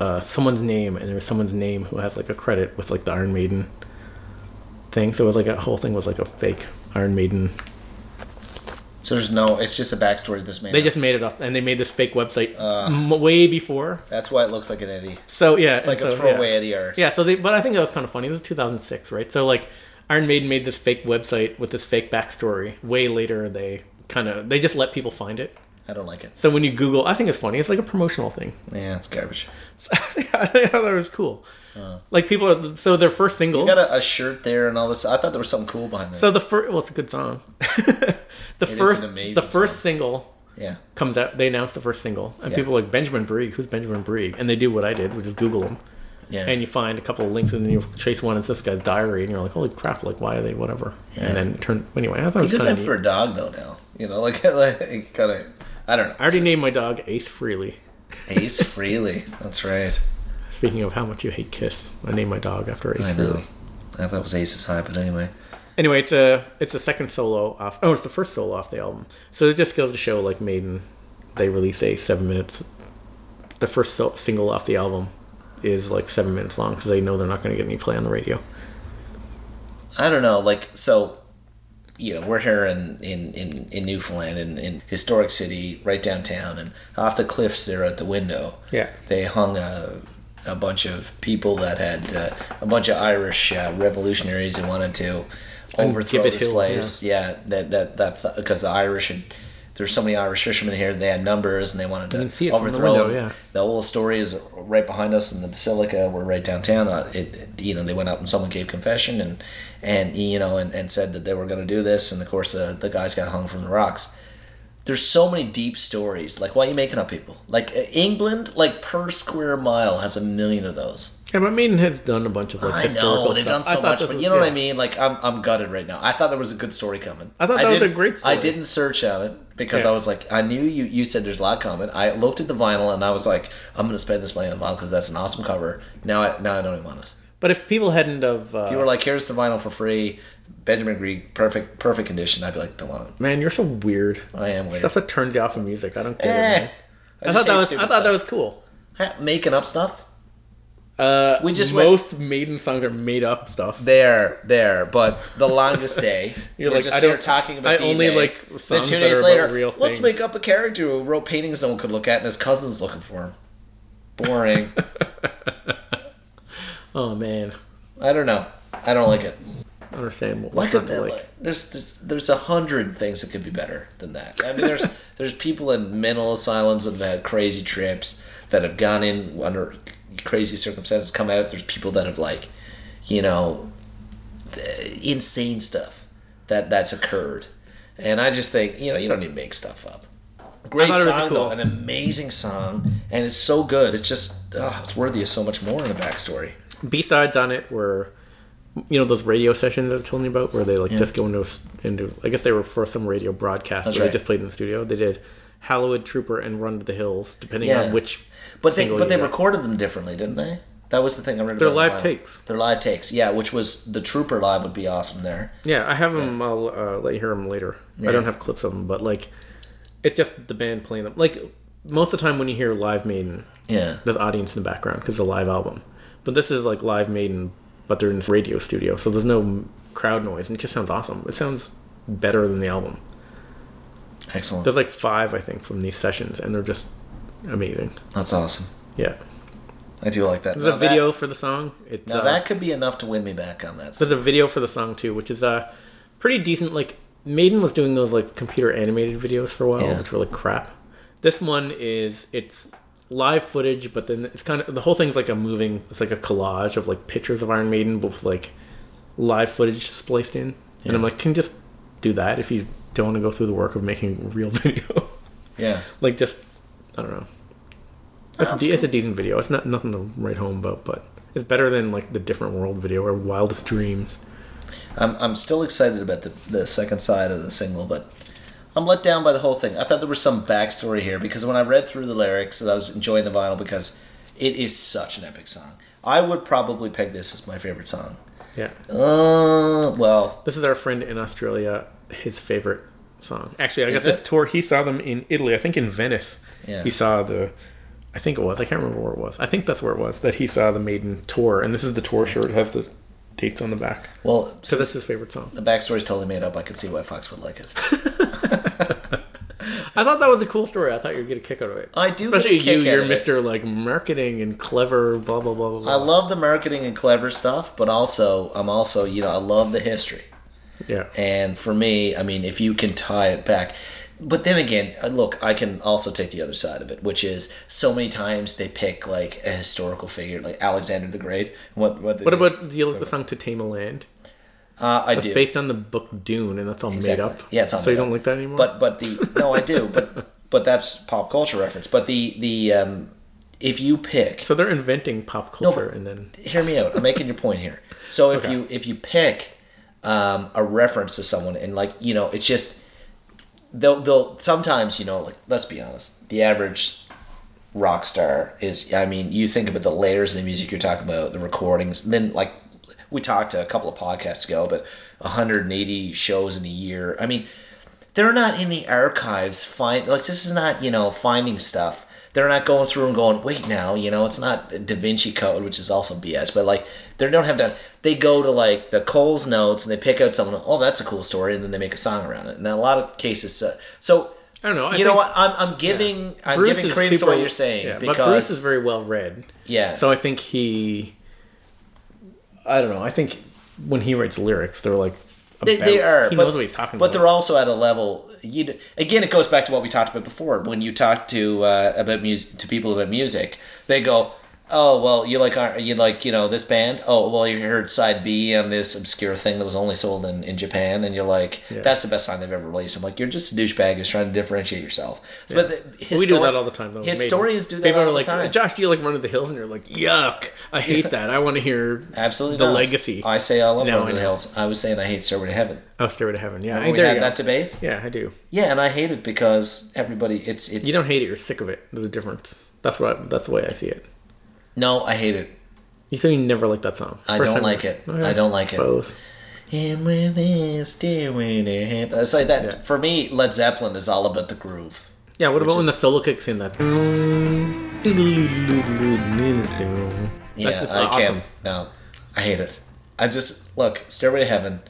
[SPEAKER 2] uh, someone's name, and there was someone's name who has like a credit with like the Iron Maiden thing. So it was like a whole thing was like a fake Iron Maiden.
[SPEAKER 1] So there's no. It's just a backstory of this man.
[SPEAKER 2] They just made it up, and they made this fake website
[SPEAKER 1] Uh,
[SPEAKER 2] m- way before.
[SPEAKER 1] That's why it looks like an Eddie.
[SPEAKER 2] So yeah,
[SPEAKER 1] It's like a throwaway Eddie art.
[SPEAKER 2] Yeah, so they, but I think that was kind of funny. This is 2006, right? So like, Iron Maiden made this fake website with this fake backstory. Way later, they kind of they just let people find it.
[SPEAKER 1] I don't like it.
[SPEAKER 2] So when you Google, I think it's funny. It's like a promotional thing.
[SPEAKER 1] Yeah, it's garbage.
[SPEAKER 2] I thought that was cool. Like people are so their first single.
[SPEAKER 1] Uh. You got a, a shirt there and all this. I thought there was something cool behind this.
[SPEAKER 2] so the first well, it's a good song. the
[SPEAKER 1] an
[SPEAKER 2] first,
[SPEAKER 1] amazing
[SPEAKER 2] the first
[SPEAKER 1] song.
[SPEAKER 2] single
[SPEAKER 1] yeah.
[SPEAKER 2] comes out. They announce the first single, and
[SPEAKER 1] Yeah.
[SPEAKER 2] people are like Benjamin Brieg. Who's Benjamin Brieg? And they do what I did, which is Google him,
[SPEAKER 1] Yeah.
[SPEAKER 2] and you find a couple of links, and then you chase one. It's this guy's diary, and you're like, holy crap! Like why are they whatever?
[SPEAKER 1] Yeah.
[SPEAKER 2] And then it turned anyway. I thought it was
[SPEAKER 1] Good
[SPEAKER 2] kind
[SPEAKER 1] name
[SPEAKER 2] of.
[SPEAKER 1] for a dog though. Now you know, like, like kind of. I don't
[SPEAKER 2] I
[SPEAKER 1] know.
[SPEAKER 2] already named my dog Ace Freely.
[SPEAKER 1] Ace Freely. That's right.
[SPEAKER 2] Speaking of how much you hate Kiss, I named my dog after Ace
[SPEAKER 1] I know.
[SPEAKER 2] Freely.
[SPEAKER 1] I thought it was Ace's high, but anyway.
[SPEAKER 2] Anyway, it's a it's a second solo off. Oh, it's the first solo off the album. So it just goes to show, like Maiden, they release a seven minutes. The first so- single off the album is like seven minutes long because they know they're not going to get any play on the radio.
[SPEAKER 1] I don't know. Like so, you know, we're here in in in, in Newfoundland, in, in historic city, right downtown, and off the cliffs there at the window.
[SPEAKER 2] Yeah.
[SPEAKER 1] They hung a a bunch of people that had uh, a bunch of Irish uh, revolutionaries who wanted to overthrow
[SPEAKER 2] Gibbet
[SPEAKER 1] this
[SPEAKER 2] Hill,
[SPEAKER 1] place. Yeah. that that that because the Irish had. There's so many Irish fishermen here. They had numbers, and they wanted to
[SPEAKER 2] can see it from the
[SPEAKER 1] overthrow.
[SPEAKER 2] window,
[SPEAKER 1] them.
[SPEAKER 2] yeah.
[SPEAKER 1] The whole story is right behind us in the basilica. We're right downtown. Uh, It, you know, they went up and someone gave confession and, and you know, and, and said that they were going to do this. And of course, the, the guys got hung from the rocks. There's so many deep stories. Like, why are you making up people? Like uh, England, like per square mile, has a million of those.
[SPEAKER 2] Yeah, but Maiden has done a bunch of like
[SPEAKER 1] I
[SPEAKER 2] historical
[SPEAKER 1] know they've done
[SPEAKER 2] stuff.
[SPEAKER 1] so
[SPEAKER 2] I thought
[SPEAKER 1] much,
[SPEAKER 2] this
[SPEAKER 1] but
[SPEAKER 2] was-
[SPEAKER 1] you know what
[SPEAKER 2] yeah.
[SPEAKER 1] I mean. Like, I'm, I'm gutted right now. I thought there was a good story coming.
[SPEAKER 2] I thought that was a
[SPEAKER 1] didn't-
[SPEAKER 2] great
[SPEAKER 1] I
[SPEAKER 2] story.
[SPEAKER 1] didn't search on it because
[SPEAKER 2] Yeah.
[SPEAKER 1] I was like, I knew you. You said there's a lot coming. I looked at the vinyl and I was like, I'm gonna spend this money on the vinyl because that's an awesome cover. Now, I, now I don't even want it.
[SPEAKER 2] But if people hadn't of, uh,
[SPEAKER 1] You were like, here's the vinyl for free, Benjamin Greig, perfect, perfect condition. I'd be like, don't want it.
[SPEAKER 2] man, you're so weird.
[SPEAKER 1] I am weird.
[SPEAKER 2] Stuff that turns you off of music. I don't get
[SPEAKER 1] Eh.
[SPEAKER 2] it. Man.
[SPEAKER 1] I,
[SPEAKER 2] I
[SPEAKER 1] just
[SPEAKER 2] thought that
[SPEAKER 1] hate
[SPEAKER 2] was I
[SPEAKER 1] stupid
[SPEAKER 2] thought that was cool.
[SPEAKER 1] stuff. Ha- making up stuff.
[SPEAKER 2] Uh,
[SPEAKER 1] We just went-
[SPEAKER 2] most maiden songs are made up stuff.
[SPEAKER 1] There, there, but the longest day.
[SPEAKER 2] You're
[SPEAKER 1] we're
[SPEAKER 2] like,
[SPEAKER 1] just
[SPEAKER 2] I don't-
[SPEAKER 1] here talking about.
[SPEAKER 2] I only
[SPEAKER 1] D-Day.
[SPEAKER 2] like
[SPEAKER 1] Then
[SPEAKER 2] songs
[SPEAKER 1] two
[SPEAKER 2] that
[SPEAKER 1] days
[SPEAKER 2] are about
[SPEAKER 1] later.
[SPEAKER 2] real
[SPEAKER 1] let's
[SPEAKER 2] things."
[SPEAKER 1] make up a character who wrote paintings no one could look at, and his cousin's looking for him. Boring.
[SPEAKER 2] Oh man,
[SPEAKER 1] I don't know. I don't like it.
[SPEAKER 2] understandable.
[SPEAKER 1] Why could
[SPEAKER 2] Sounds
[SPEAKER 1] that?
[SPEAKER 2] like-
[SPEAKER 1] there's there's there's a hundred things that could be better than that. I mean, there's there's people in mental asylums and that crazy trips that have gone in under crazy circumstances, come out. There's people that have like, you know, th- insane stuff that that's occurred, and I just think you know you don't need to make stuff up. Great
[SPEAKER 2] thought it was
[SPEAKER 1] song
[SPEAKER 2] cool.
[SPEAKER 1] though, an amazing song, and it's so good. It's just oh, it's worthy of so much more in the backstory.
[SPEAKER 2] B sides on it were, you know, those radio sessions I was telling you about, where they like just go into a s- into. I guess they were for some radio broadcast,
[SPEAKER 1] That's
[SPEAKER 2] where
[SPEAKER 1] right.
[SPEAKER 2] they just played in the studio. They did Hallowed Trooper and Run to the Hills, depending
[SPEAKER 1] Yeah.
[SPEAKER 2] on which.
[SPEAKER 1] But they
[SPEAKER 2] single
[SPEAKER 1] but they
[SPEAKER 2] you got.
[SPEAKER 1] recorded them differently, didn't they? That was the thing I read.
[SPEAKER 2] They're
[SPEAKER 1] about
[SPEAKER 2] live
[SPEAKER 1] online.
[SPEAKER 2] takes.
[SPEAKER 1] They're live takes. Yeah, which was the Trooper live would be awesome there.
[SPEAKER 2] Yeah, I have them. I'll uh, let you hear them later. I don't have clips of them, but like, it's just the band playing them. Like most of the time when you hear live Maiden,
[SPEAKER 1] Yeah,
[SPEAKER 2] there's audience in the background because it's a live album. But this is like live Maiden, but they're in this radio studio, so there's no crowd noise, and it just sounds awesome. It sounds better than the album.
[SPEAKER 1] excellent.
[SPEAKER 2] There's like five, I think, from these sessions, and they're just amazing.
[SPEAKER 1] That's awesome.
[SPEAKER 2] Yeah.
[SPEAKER 1] I do like that.
[SPEAKER 2] There's
[SPEAKER 1] Now
[SPEAKER 2] a
[SPEAKER 1] that-
[SPEAKER 2] video for the song. It's
[SPEAKER 1] now
[SPEAKER 2] uh,
[SPEAKER 1] that could be enough to win me back on that.
[SPEAKER 2] there's a video for the song too, which is uh pretty decent. Like Maiden was doing those like computer animated videos for a while,
[SPEAKER 1] Yeah.
[SPEAKER 2] which were like crap. This one is it's live footage, but then it's kind of the whole thing's like a moving. It's like a collage of like pictures of Iron Maiden with like live footage spliced in. And I'm like, can you just do that if you don't want to go through the work of making a real video?
[SPEAKER 1] Yeah,
[SPEAKER 2] like just I don't know. It's, a, de- it's a decent video. It's not nothing to write home about, but it's better than like the different world video or Wildest Dreams.
[SPEAKER 1] I'm I'm still excited about the the second side of the single, but. I'm let down by the whole thing. I thought there was some backstory here because when I read through the lyrics, I was enjoying the vinyl because it is such an epic song. I would probably peg this as my favorite song.
[SPEAKER 2] Yeah,
[SPEAKER 1] Uh, well,
[SPEAKER 2] this is our friend in Australia. His favorite song. Actually, I
[SPEAKER 1] Is
[SPEAKER 2] got this
[SPEAKER 1] it?
[SPEAKER 2] tour. He saw them in Italy. I think in Venice.
[SPEAKER 1] Yeah.
[SPEAKER 2] He saw the. I think it was. I can't remember where it was. I think that's where it was that he saw the Maiden tour, and this is the tour shirt. It has the dates on the back.
[SPEAKER 1] well,
[SPEAKER 2] So that's his favorite song.
[SPEAKER 1] The backstory's totally made up. I can see why Fox would like it.
[SPEAKER 2] I thought that was a cool story. I thought you would get a kick out of it.
[SPEAKER 1] I do get a
[SPEAKER 2] especially
[SPEAKER 1] kick
[SPEAKER 2] you.
[SPEAKER 1] out
[SPEAKER 2] You're
[SPEAKER 1] of it.
[SPEAKER 2] Mister like marketing and clever. Blah blah blah blah. blah.
[SPEAKER 1] I love the marketing and clever stuff, but also I'm also you know I love the history.
[SPEAKER 2] Yeah.
[SPEAKER 1] And for me, I mean, if you can tie it back, but then again, uh, look, I can also take the other side of it, which is so many times they pick like a historical figure, like Alexander the Great. What what, they
[SPEAKER 2] What
[SPEAKER 1] did.
[SPEAKER 2] about do you like the song "To Tame a Land"?
[SPEAKER 1] Uh, I do.
[SPEAKER 2] Based on the book Dune, and that's all made up.
[SPEAKER 1] Yeah, it's all
[SPEAKER 2] so you
[SPEAKER 1] made
[SPEAKER 2] don't
[SPEAKER 1] up.
[SPEAKER 2] like that anymore.
[SPEAKER 1] But but the no, I do. But but that's pop culture reference. But the the um, if you pick
[SPEAKER 2] so they're inventing pop culture,
[SPEAKER 1] but-
[SPEAKER 2] and then
[SPEAKER 1] hear me out. I'm making your point here. So if
[SPEAKER 2] Okay.
[SPEAKER 1] you if you pick um, a reference to someone and like you know, it's just they'll they'll sometimes you know like let's be honest, the average rock star is I mean you think about the layers of the music you're talking about, the recordings, and then like we talked a couple of podcasts ago, but 180 shows in a year. I mean they're not in the archives find like this is not you know finding stuff they're not going through and going wait now you know it's not da vinci code which is also bs but like they don't have that they go to like the cole's notes and they pick out someone oh that's a cool story and then they make a song around it and a lot of cases uh, so
[SPEAKER 2] I don't know. I
[SPEAKER 1] you know
[SPEAKER 2] think
[SPEAKER 1] what i'm, I'm giving i'm giving credence to what you're saying
[SPEAKER 2] yeah,
[SPEAKER 1] because
[SPEAKER 2] but Bruce is very well read.
[SPEAKER 1] yeah
[SPEAKER 2] So I think he, I don't know. I think when he writes lyrics, they're like
[SPEAKER 1] They,
[SPEAKER 2] about-
[SPEAKER 1] they are.
[SPEAKER 2] He
[SPEAKER 1] but,
[SPEAKER 2] knows what he's talking
[SPEAKER 1] But
[SPEAKER 2] about.
[SPEAKER 1] they're also at a level. You d- again, it goes back to what we talked about before. When you talk to uh, about music to people about music, they go, "Oh, well, you like our- you like you know this band? Oh, well, you heard side B on this obscure thing that was only sold in, in Japan, and you're like, that's the best song they've ever released. I'm like, you're just a douchebag who's trying to differentiate yourself. But the,
[SPEAKER 2] we do
[SPEAKER 1] histori-
[SPEAKER 2] that all the time, though. Maiden.
[SPEAKER 1] Historians do that
[SPEAKER 2] People
[SPEAKER 1] all
[SPEAKER 2] are
[SPEAKER 1] the
[SPEAKER 2] like,
[SPEAKER 1] time.
[SPEAKER 2] Josh, do you like Run to the Hills? And you're like, yuck, I hate that. I want to hear
[SPEAKER 1] Absolutely,
[SPEAKER 2] the
[SPEAKER 1] not.
[SPEAKER 2] legacy.
[SPEAKER 1] I say I love
[SPEAKER 2] No,
[SPEAKER 1] Over
[SPEAKER 2] I
[SPEAKER 1] the
[SPEAKER 2] know.
[SPEAKER 1] Hills. I was saying I hate Stairway to Heaven.
[SPEAKER 2] Oh, Stairway to Heaven. Yeah,
[SPEAKER 1] When we
[SPEAKER 2] there
[SPEAKER 1] had
[SPEAKER 2] you go.
[SPEAKER 1] that debate.
[SPEAKER 2] Yeah, I do.
[SPEAKER 1] Yeah, and I hate it because everybody it's it's
[SPEAKER 2] You don't hate it; you're sick of it. There's a difference. That's what. I, that's the way I see it.
[SPEAKER 1] No, I hate it.
[SPEAKER 2] You said you never liked that song.
[SPEAKER 1] I
[SPEAKER 2] First
[SPEAKER 1] don't
[SPEAKER 2] time
[SPEAKER 1] like
[SPEAKER 2] you-
[SPEAKER 1] it. I don't like it.
[SPEAKER 2] Both.
[SPEAKER 1] And when they stare when they hand- It's like that
[SPEAKER 2] Yeah.
[SPEAKER 1] for me. Led Zeppelin is all about the groove.
[SPEAKER 2] Yeah. What about
[SPEAKER 1] is-
[SPEAKER 2] when the solo kicks in? That
[SPEAKER 1] Yeah,
[SPEAKER 2] That's
[SPEAKER 1] I
[SPEAKER 2] awesome.
[SPEAKER 1] can't. No, I hate it. I just look Stairway to Heaven.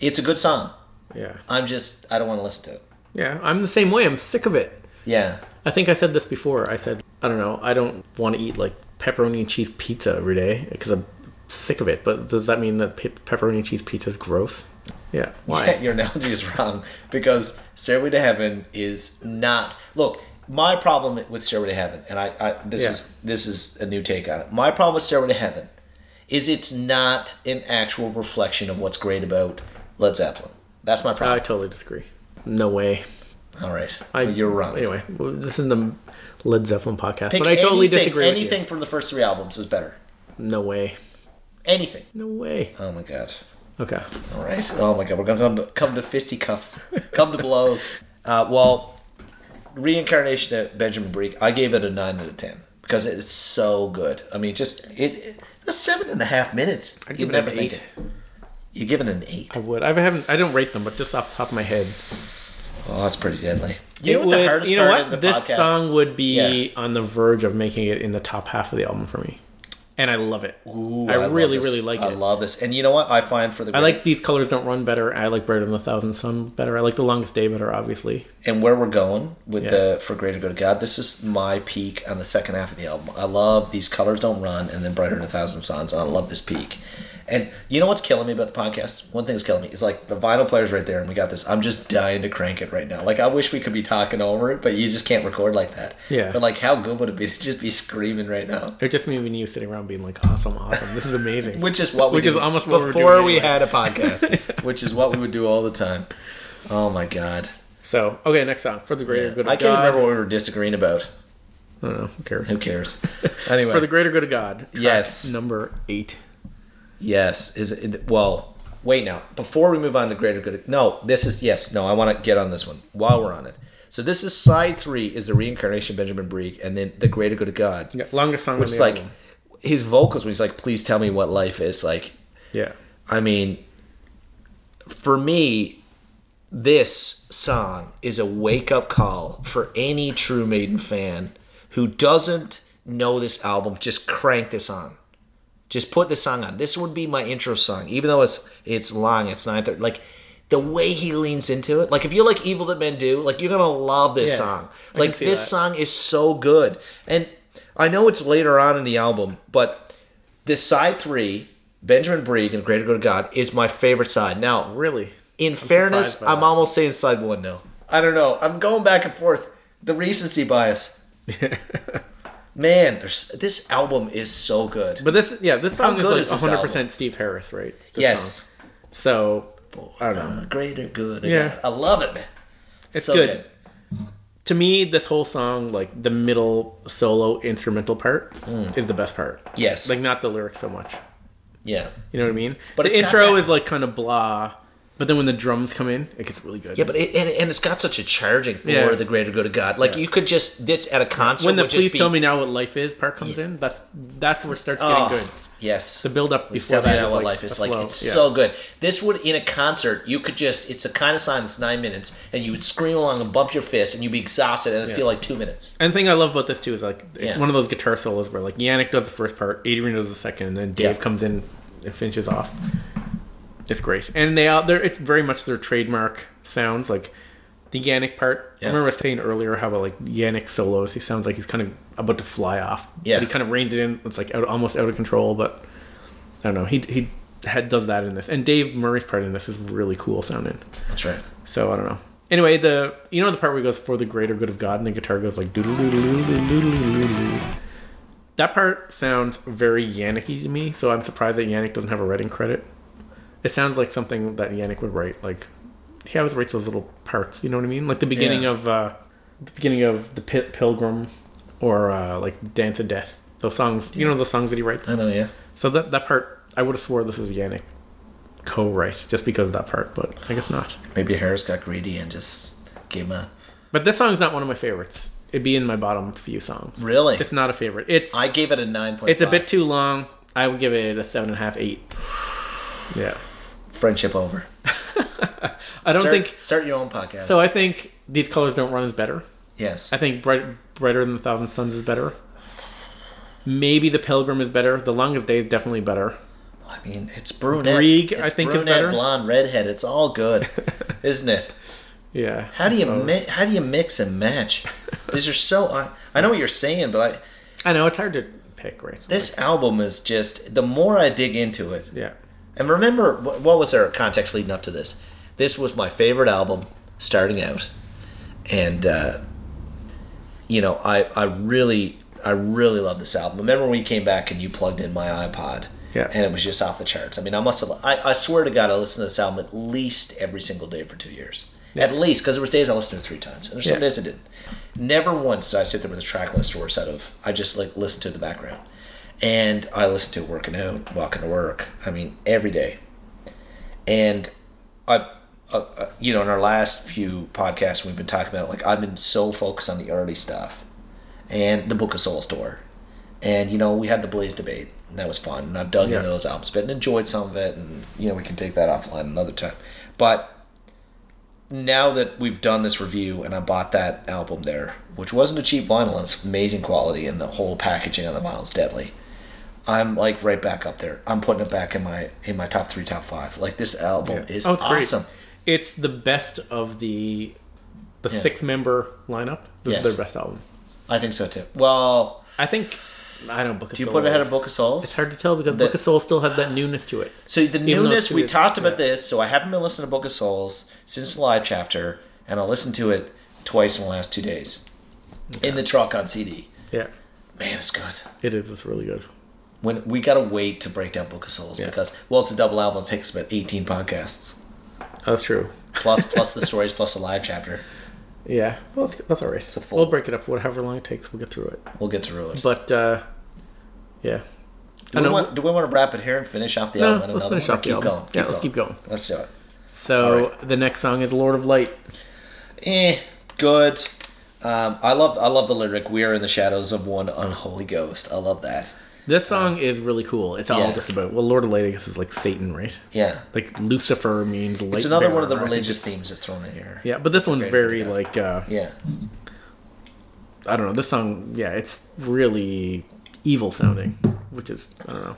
[SPEAKER 1] It's a good song.
[SPEAKER 2] Yeah.
[SPEAKER 1] I'm just I don't want to listen to it.
[SPEAKER 2] Yeah, I'm the same way. I'm sick of it.
[SPEAKER 1] Yeah,
[SPEAKER 2] I think I said this before. I said, I don't know, I don't want to eat like pepperoni and cheese pizza every day because I'm sick of it. But does that mean that pe- pepperoni and cheese pizza is gross? Yeah. Why?
[SPEAKER 1] your analogy is wrong because Stairway to Heaven is not. Look, my problem with Stairway to Heaven, and I, I this
[SPEAKER 2] Yeah.
[SPEAKER 1] is this is a new take on it. My problem with Stairway to Heaven is it's not an actual reflection of what's great about Led Zeppelin. That's my
[SPEAKER 2] I
[SPEAKER 1] problem.
[SPEAKER 2] totally disagree. No way.
[SPEAKER 1] All right,
[SPEAKER 2] I,
[SPEAKER 1] you're wrong.
[SPEAKER 2] Anyway, well, this is the Led Zeppelin podcast,
[SPEAKER 1] Pick
[SPEAKER 2] but I totally
[SPEAKER 1] anything,
[SPEAKER 2] disagree. with you.
[SPEAKER 1] Anything from the first three albums is better.
[SPEAKER 2] No way.
[SPEAKER 1] Anything.
[SPEAKER 2] No way.
[SPEAKER 1] Oh my god.
[SPEAKER 2] Okay.
[SPEAKER 1] All right. Oh my god. We're gonna come to, come to fisticuffs. Come to blows. Uh, well, reincarnation of Benjamin Breek. I gave it a nine out of ten because it's so good. I mean, just it. it that's seven and a half minutes.
[SPEAKER 2] I'd
[SPEAKER 1] You
[SPEAKER 2] give
[SPEAKER 1] would
[SPEAKER 2] it
[SPEAKER 1] never
[SPEAKER 2] an
[SPEAKER 1] think
[SPEAKER 2] eight. Oh.
[SPEAKER 1] it. You give it an eight.
[SPEAKER 2] I would. I haven't. I don't rate them, but just off the top of my head,
[SPEAKER 1] Oh, that's pretty deadly. You
[SPEAKER 2] It
[SPEAKER 1] know what the
[SPEAKER 2] would-
[SPEAKER 1] hardest
[SPEAKER 2] you know
[SPEAKER 1] part
[SPEAKER 2] what?
[SPEAKER 1] in the
[SPEAKER 2] this
[SPEAKER 1] podcast?
[SPEAKER 2] song would be
[SPEAKER 1] Yeah.
[SPEAKER 2] on the verge of making it in the top half of the album for me, and I love it.
[SPEAKER 1] Ooh,
[SPEAKER 2] I,
[SPEAKER 1] love
[SPEAKER 2] really,
[SPEAKER 1] this.
[SPEAKER 2] really like
[SPEAKER 1] I
[SPEAKER 2] it.
[SPEAKER 1] love this. And you know what? I find for the
[SPEAKER 2] I like these colors don't run better. I like brighter than a thousand sun better. I like the longest day better, obviously.
[SPEAKER 1] and where we're going with
[SPEAKER 2] Yeah.
[SPEAKER 1] the for greater good of god this is my peak on the second half of the album i love these colors don't run and then brighter than a thousand suns and i love this peak and you know what's killing me about the podcast one thing that's killing me is like the vinyl player's right there and we got this i'm just dying to crank it right now like i wish we could be talking over it but you just can't record like that
[SPEAKER 2] Yeah.
[SPEAKER 1] but like how good would it be to just be screaming right now
[SPEAKER 2] It just me and you sitting around being like, awesome, awesome. This is amazing.
[SPEAKER 1] which is what we
[SPEAKER 2] Which is
[SPEAKER 1] do
[SPEAKER 2] almost what we're doing
[SPEAKER 1] before we
[SPEAKER 2] anyway.
[SPEAKER 1] had a podcast which is what we would do all the time oh my god
[SPEAKER 2] so okay, next song for the greater good. Of
[SPEAKER 1] i can't
[SPEAKER 2] God.
[SPEAKER 1] remember what we were disagreeing about
[SPEAKER 2] I don't know. Who cares?
[SPEAKER 1] who cares anyway
[SPEAKER 2] For the greater good of God. track
[SPEAKER 1] Yes.
[SPEAKER 2] Number eight.
[SPEAKER 1] Yes, is it, well. Wait now. Before we move on to greater good, no. This is yes. No, I want to get on this one while we're on it. So this is side three is the reincarnation of Benjamin Breek, and then the greater good of God.
[SPEAKER 2] Yeah, longest song.
[SPEAKER 1] which
[SPEAKER 2] on
[SPEAKER 1] is
[SPEAKER 2] the
[SPEAKER 1] like
[SPEAKER 2] album.
[SPEAKER 1] his vocals when he's like, "Please tell me what life is." Like,
[SPEAKER 2] yeah,
[SPEAKER 1] I mean, for me, this song is a wake up call for any true Maiden fan who doesn't know this album. Just crank this on. Just put this song on. This would be my intro song, even though it's it's long. It's nine thirty. Like the way he leans into it. Like if you like Evil That Men Do, like you're gonna love this
[SPEAKER 2] Yeah,
[SPEAKER 1] song.
[SPEAKER 2] I can
[SPEAKER 1] Like
[SPEAKER 2] see
[SPEAKER 1] this
[SPEAKER 2] that.
[SPEAKER 1] song is so good. And I know it's later on in the album, but this side three, Benjamin Brieg and Greater Good of God, is my favorite side. Now,
[SPEAKER 2] really.
[SPEAKER 1] in fairness,
[SPEAKER 2] surprised by
[SPEAKER 1] I'm
[SPEAKER 2] that.
[SPEAKER 1] almost saying side one now. I don't know. I'm going back and forth. The recency bias. Man, there's, this album is so good.
[SPEAKER 2] But this, yeah, this song
[SPEAKER 1] How good
[SPEAKER 2] is
[SPEAKER 1] is
[SPEAKER 2] like
[SPEAKER 1] this
[SPEAKER 2] 100 percent Steve Harris, right? This song.
[SPEAKER 1] yes.
[SPEAKER 2] So
[SPEAKER 1] I don't know. greater good. of
[SPEAKER 2] Yeah.
[SPEAKER 1] God. I love it. man.
[SPEAKER 2] It's
[SPEAKER 1] so
[SPEAKER 2] good. to me, this whole song, like the middle solo instrumental part,
[SPEAKER 1] Hmm.
[SPEAKER 2] is the best part.
[SPEAKER 1] Yes.
[SPEAKER 2] Like not the lyrics so much.
[SPEAKER 1] Yeah.
[SPEAKER 2] You know what I mean?
[SPEAKER 1] But
[SPEAKER 2] But
[SPEAKER 1] it's
[SPEAKER 2] the
[SPEAKER 1] got
[SPEAKER 2] intro
[SPEAKER 1] that-
[SPEAKER 2] is like kind of blah. But then when the drums come in, it gets really good.
[SPEAKER 1] Yeah, but it, and, and it's got such a charging for
[SPEAKER 2] Yeah.
[SPEAKER 1] the greater good of God. Like
[SPEAKER 2] Yeah.
[SPEAKER 1] you could just this at a concert
[SPEAKER 2] when the
[SPEAKER 1] would just
[SPEAKER 2] please
[SPEAKER 1] be,
[SPEAKER 2] tell me now what life is part comes in, that's that's where it starts getting
[SPEAKER 1] Oh,
[SPEAKER 2] good.
[SPEAKER 1] Yes.
[SPEAKER 2] The build up
[SPEAKER 1] Please
[SPEAKER 2] before
[SPEAKER 1] tell me
[SPEAKER 2] that
[SPEAKER 1] now
[SPEAKER 2] is
[SPEAKER 1] what
[SPEAKER 2] like
[SPEAKER 1] life is
[SPEAKER 2] the
[SPEAKER 1] like.
[SPEAKER 2] flow.
[SPEAKER 1] It's
[SPEAKER 2] Yeah.
[SPEAKER 1] so good. This would in a concert, you could just it's the kind of song that's nine minutes, and you would scream along and bump your fist, and you'd be exhausted, and it'd feel like two minutes.
[SPEAKER 2] And the thing I love about this too is like it's
[SPEAKER 1] Yeah.
[SPEAKER 2] one of those guitar solos where like Yannick does the first part, Adrian does the second, and then Dave
[SPEAKER 1] Yeah.
[SPEAKER 2] comes in and finishes off. It's great, and they out there. It's very much their trademark sounds like the Yannick part.
[SPEAKER 1] Yeah.
[SPEAKER 2] I remember saying earlier how about like Yannick solos, he sounds like he's kind of about to fly off.
[SPEAKER 1] Yeah.
[SPEAKER 2] but he kind of reins it in. It's like out, almost out of control, but I don't know. He he had, does that in this, and Dave Murray's part in this is really cool sounding.
[SPEAKER 1] That's right.
[SPEAKER 2] So I don't know. Anyway, the you know the part where it goes for the greater good of God and the guitar goes like doodle-doodle-doodle-doodle-doodle-doodle. That part sounds very Yannicky to me, so I'm surprised that Yannick doesn't have a writing credit. It sounds like something that Yannick would write. Like he always writes those little parts. You know what I mean? Like the beginning
[SPEAKER 1] Yeah.
[SPEAKER 2] of uh, the beginning of the Pit Pilgrim or uh, like Dance of Death. Those songs, you know, the songs that he writes.
[SPEAKER 1] I know. Yeah.
[SPEAKER 2] So that that part, I would have swore this was Yannick co-write just because of that part, but I guess not.
[SPEAKER 1] Maybe Harris got greedy and just gave him a
[SPEAKER 2] But this song's not one of my favorites. It'd be in my bottom few songs.
[SPEAKER 1] really.
[SPEAKER 2] It's not a favorite. It's
[SPEAKER 1] I gave it a nine point.
[SPEAKER 2] it's a bit too long. I would give it a seven and a half, eight. Yeah.
[SPEAKER 1] friendship over.
[SPEAKER 2] I don't
[SPEAKER 1] Start-
[SPEAKER 2] think
[SPEAKER 1] start your own podcast.
[SPEAKER 2] so. I think these colors don't run is better.
[SPEAKER 1] yes.
[SPEAKER 2] I think bright, brighter than the thousand suns is better. Maybe the Pilgrim is better. The Longest Day is definitely better.
[SPEAKER 1] I mean, it's brunette.
[SPEAKER 2] Brieg,
[SPEAKER 1] it's
[SPEAKER 2] I think, is
[SPEAKER 1] brunette,
[SPEAKER 2] better.
[SPEAKER 1] blonde, redhead. It's all good, isn't it?
[SPEAKER 2] Yeah.
[SPEAKER 1] How do you mi- how do you mix and match? These are so. I, I know what you're saying, but I,
[SPEAKER 2] I know it's hard to pick, right?
[SPEAKER 1] this album is just. The more I dig into it,
[SPEAKER 2] yeah.
[SPEAKER 1] and remember wh- what was our context leading up to this. This was my favorite album starting out, and uh, you know I I really I really love this album. Remember when we came back and you plugged in my iPod.
[SPEAKER 2] Yeah.
[SPEAKER 1] And it was just off the charts. I mean, I must have, I, I swear to God, I listened to this album at least every single day for two years. At least, because there was days I listened to it three times. And there's some
[SPEAKER 2] Yeah.
[SPEAKER 1] days I didn't. Never once did I sit there with a track list or a set of, I just like listened to it in the background. And I listened to it working out, walking to work. I mean, every day. And I, uh, uh, you know, in our last few podcasts, we've been talking about, like, I've been so focused on the early stuff and the Book of Souls tour. And you know, we had the Blaze debate, and that was fun. And I've dug
[SPEAKER 2] Yeah.
[SPEAKER 1] into those albums, but enjoyed some of it. And you know, we can take that offline another time. But now that we've done this review, and I bought that album there, which wasn't a cheap vinyl, it's amazing quality, and the whole packaging on the vinyl is deadly. I'm like right back up there. I'm putting it back in my in my top three, top five. Like this album
[SPEAKER 2] Yeah.
[SPEAKER 1] is
[SPEAKER 2] Oh, it's great.
[SPEAKER 1] awesome.
[SPEAKER 2] It's the best of the the
[SPEAKER 1] Yeah.
[SPEAKER 2] six member lineup. This
[SPEAKER 1] Yes.
[SPEAKER 2] is their best album.
[SPEAKER 1] I think so too. Well,
[SPEAKER 2] I think I don't book. Of
[SPEAKER 1] do you
[SPEAKER 2] Souls.
[SPEAKER 1] put it ahead of Book of Souls?
[SPEAKER 2] It's hard to tell because
[SPEAKER 1] The-
[SPEAKER 2] Book of Souls still has that newness to it.
[SPEAKER 1] So the
[SPEAKER 2] though
[SPEAKER 1] newness
[SPEAKER 2] it's
[SPEAKER 1] we
[SPEAKER 2] weird.
[SPEAKER 1] talked about this. So I haven't been listening to Book of Souls since the live chapter, and I listened to it twice in the last two days, in the truck on CD.
[SPEAKER 2] Yeah,
[SPEAKER 1] Man, it's good.
[SPEAKER 2] it is. It's really good.
[SPEAKER 1] When we gotta wait to break down Book of Souls
[SPEAKER 2] Yeah.
[SPEAKER 1] because well, it's a double album. It takes about eighteen podcasts
[SPEAKER 2] That's true.
[SPEAKER 1] plus plus the stories plus the live chapter.
[SPEAKER 2] Yeah, well, that's, that's all right.
[SPEAKER 1] a full-
[SPEAKER 2] We'll break it up, whatever long it takes. We'll get through it.
[SPEAKER 1] We'll get through it.
[SPEAKER 2] But uh, yeah,
[SPEAKER 1] do,
[SPEAKER 2] I
[SPEAKER 1] we
[SPEAKER 2] know-
[SPEAKER 1] want, do we want to wrap it here and finish off the
[SPEAKER 2] No,
[SPEAKER 1] album? on
[SPEAKER 2] let's
[SPEAKER 1] another
[SPEAKER 2] finish
[SPEAKER 1] one?
[SPEAKER 2] off the album. Yeah, let's keep going.
[SPEAKER 1] Let's do it.
[SPEAKER 2] so
[SPEAKER 1] All
[SPEAKER 2] the next song is Lord of Light.
[SPEAKER 1] eh, good. Um, I love I love the lyric. We are in the shadows of one unholy ghost. I love that.
[SPEAKER 2] This song is really cool. It's all
[SPEAKER 1] yeah.
[SPEAKER 2] just about well, Lord of Light. I guess is like Satan, right?
[SPEAKER 1] Yeah,
[SPEAKER 2] Like Lucifer means light.
[SPEAKER 1] It's another one of the
[SPEAKER 2] bearer, I think.
[SPEAKER 1] religious themes that's thrown in here.
[SPEAKER 2] Yeah, but this one's
[SPEAKER 1] Okay,
[SPEAKER 2] very
[SPEAKER 1] yeah.
[SPEAKER 2] like uh,
[SPEAKER 1] Yeah.
[SPEAKER 2] I don't know. This song, yeah, it's really evil sounding, which is I don't know.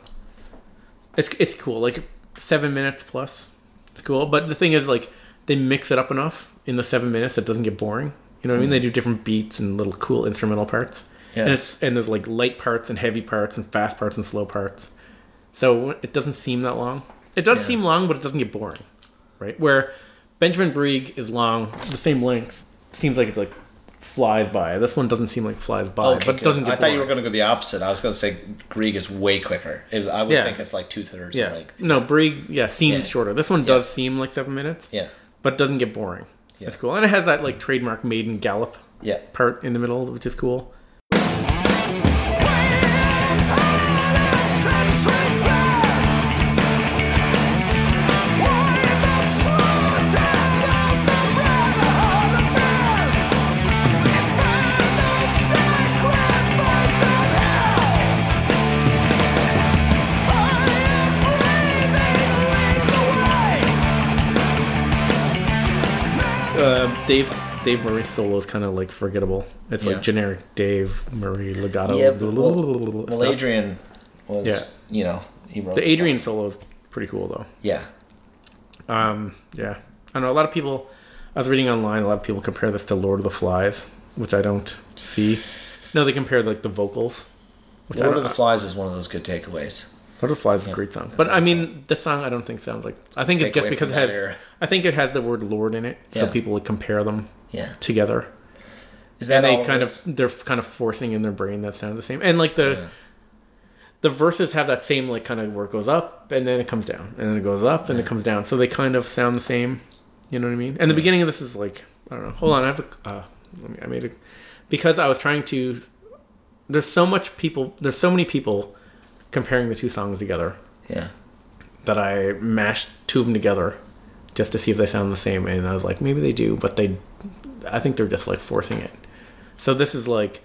[SPEAKER 2] It's it's cool. Like seven minutes plus, it's cool. But the thing is, like they mix it up enough in the seven minutes that it doesn't get boring. You know what I mean? They do different beats and little cool instrumental parts.
[SPEAKER 1] Yeah.
[SPEAKER 2] And it's and there's like light parts and heavy parts and fast parts and slow parts. So it doesn't seem that long. It does seem long, but it doesn't get boring, right? Where Benjamin Brieg is long, the same length. Seems like it like flies by. This one doesn't seem like it flies by,
[SPEAKER 1] Okay,
[SPEAKER 2] but it
[SPEAKER 1] good.
[SPEAKER 2] doesn't. Get
[SPEAKER 1] I thought you were
[SPEAKER 2] boring.
[SPEAKER 1] going to go the opposite. I was going to say Grieg is way quicker. It- I would
[SPEAKER 2] Yeah.
[SPEAKER 1] think it's like two thirds.
[SPEAKER 2] Yeah.
[SPEAKER 1] Like,
[SPEAKER 2] no, Brieg. Yeah, seems
[SPEAKER 1] Yeah.
[SPEAKER 2] shorter. This one does seem like seven minutes.
[SPEAKER 1] yeah.
[SPEAKER 2] But it doesn't get boring.
[SPEAKER 1] Yeah.
[SPEAKER 2] That's cool, and it has that like trademark maiden gallop
[SPEAKER 1] Yeah.
[SPEAKER 2] part in the middle, which is cool. Uh, Dave Dave Murray solo is kind of like forgettable. It's
[SPEAKER 1] Yeah.
[SPEAKER 2] like generic Dave Murray legato.
[SPEAKER 1] Yeah. But,
[SPEAKER 2] blah,
[SPEAKER 1] well,
[SPEAKER 2] blah, blah, blah, blah,
[SPEAKER 1] well,
[SPEAKER 2] stuff.
[SPEAKER 1] Adrian was,
[SPEAKER 2] Yeah.
[SPEAKER 1] you know, he wrote
[SPEAKER 2] the
[SPEAKER 1] this
[SPEAKER 2] Adrian
[SPEAKER 1] song.
[SPEAKER 2] solo is pretty cool though.
[SPEAKER 1] Yeah.
[SPEAKER 2] Um, yeah, I know a lot of people. I was reading online. A lot of people compare this to Lord of the Flies, which I don't see. No, they compare like the vocals. Which I
[SPEAKER 1] Lord
[SPEAKER 2] don't-
[SPEAKER 1] of the Flies is one of those good takeaways.
[SPEAKER 2] Lord of the Flies is a great song, but
[SPEAKER 1] a
[SPEAKER 2] I
[SPEAKER 1] good
[SPEAKER 2] mean, this song I don't think sounds like. I think
[SPEAKER 1] Take
[SPEAKER 2] it's just
[SPEAKER 1] away
[SPEAKER 2] because it
[SPEAKER 1] from that
[SPEAKER 2] has.
[SPEAKER 1] era.
[SPEAKER 2] I think it has the word Lord in it,
[SPEAKER 1] Yeah.
[SPEAKER 2] so people would compare them
[SPEAKER 1] Yeah.
[SPEAKER 2] together.
[SPEAKER 1] Is that
[SPEAKER 2] they
[SPEAKER 1] all
[SPEAKER 2] kind
[SPEAKER 1] it is?
[SPEAKER 2] of they're kind of forcing in their brain that sound the same, and like the. The verses have that same like kind of where it goes up and then it comes down and then it goes up and it comes down, so they kind of sound the same. You know what I mean? And the beginning of this is like I don't know. Hold on, I have a. Uh, let me, I made a because I was trying to. There's so much people. There's so many people comparing the two songs together
[SPEAKER 1] Yeah.
[SPEAKER 2] that I mashed two of them together just to see if they sound the same. And I was like, maybe they do, but they, I think they're just like forcing it. So this is like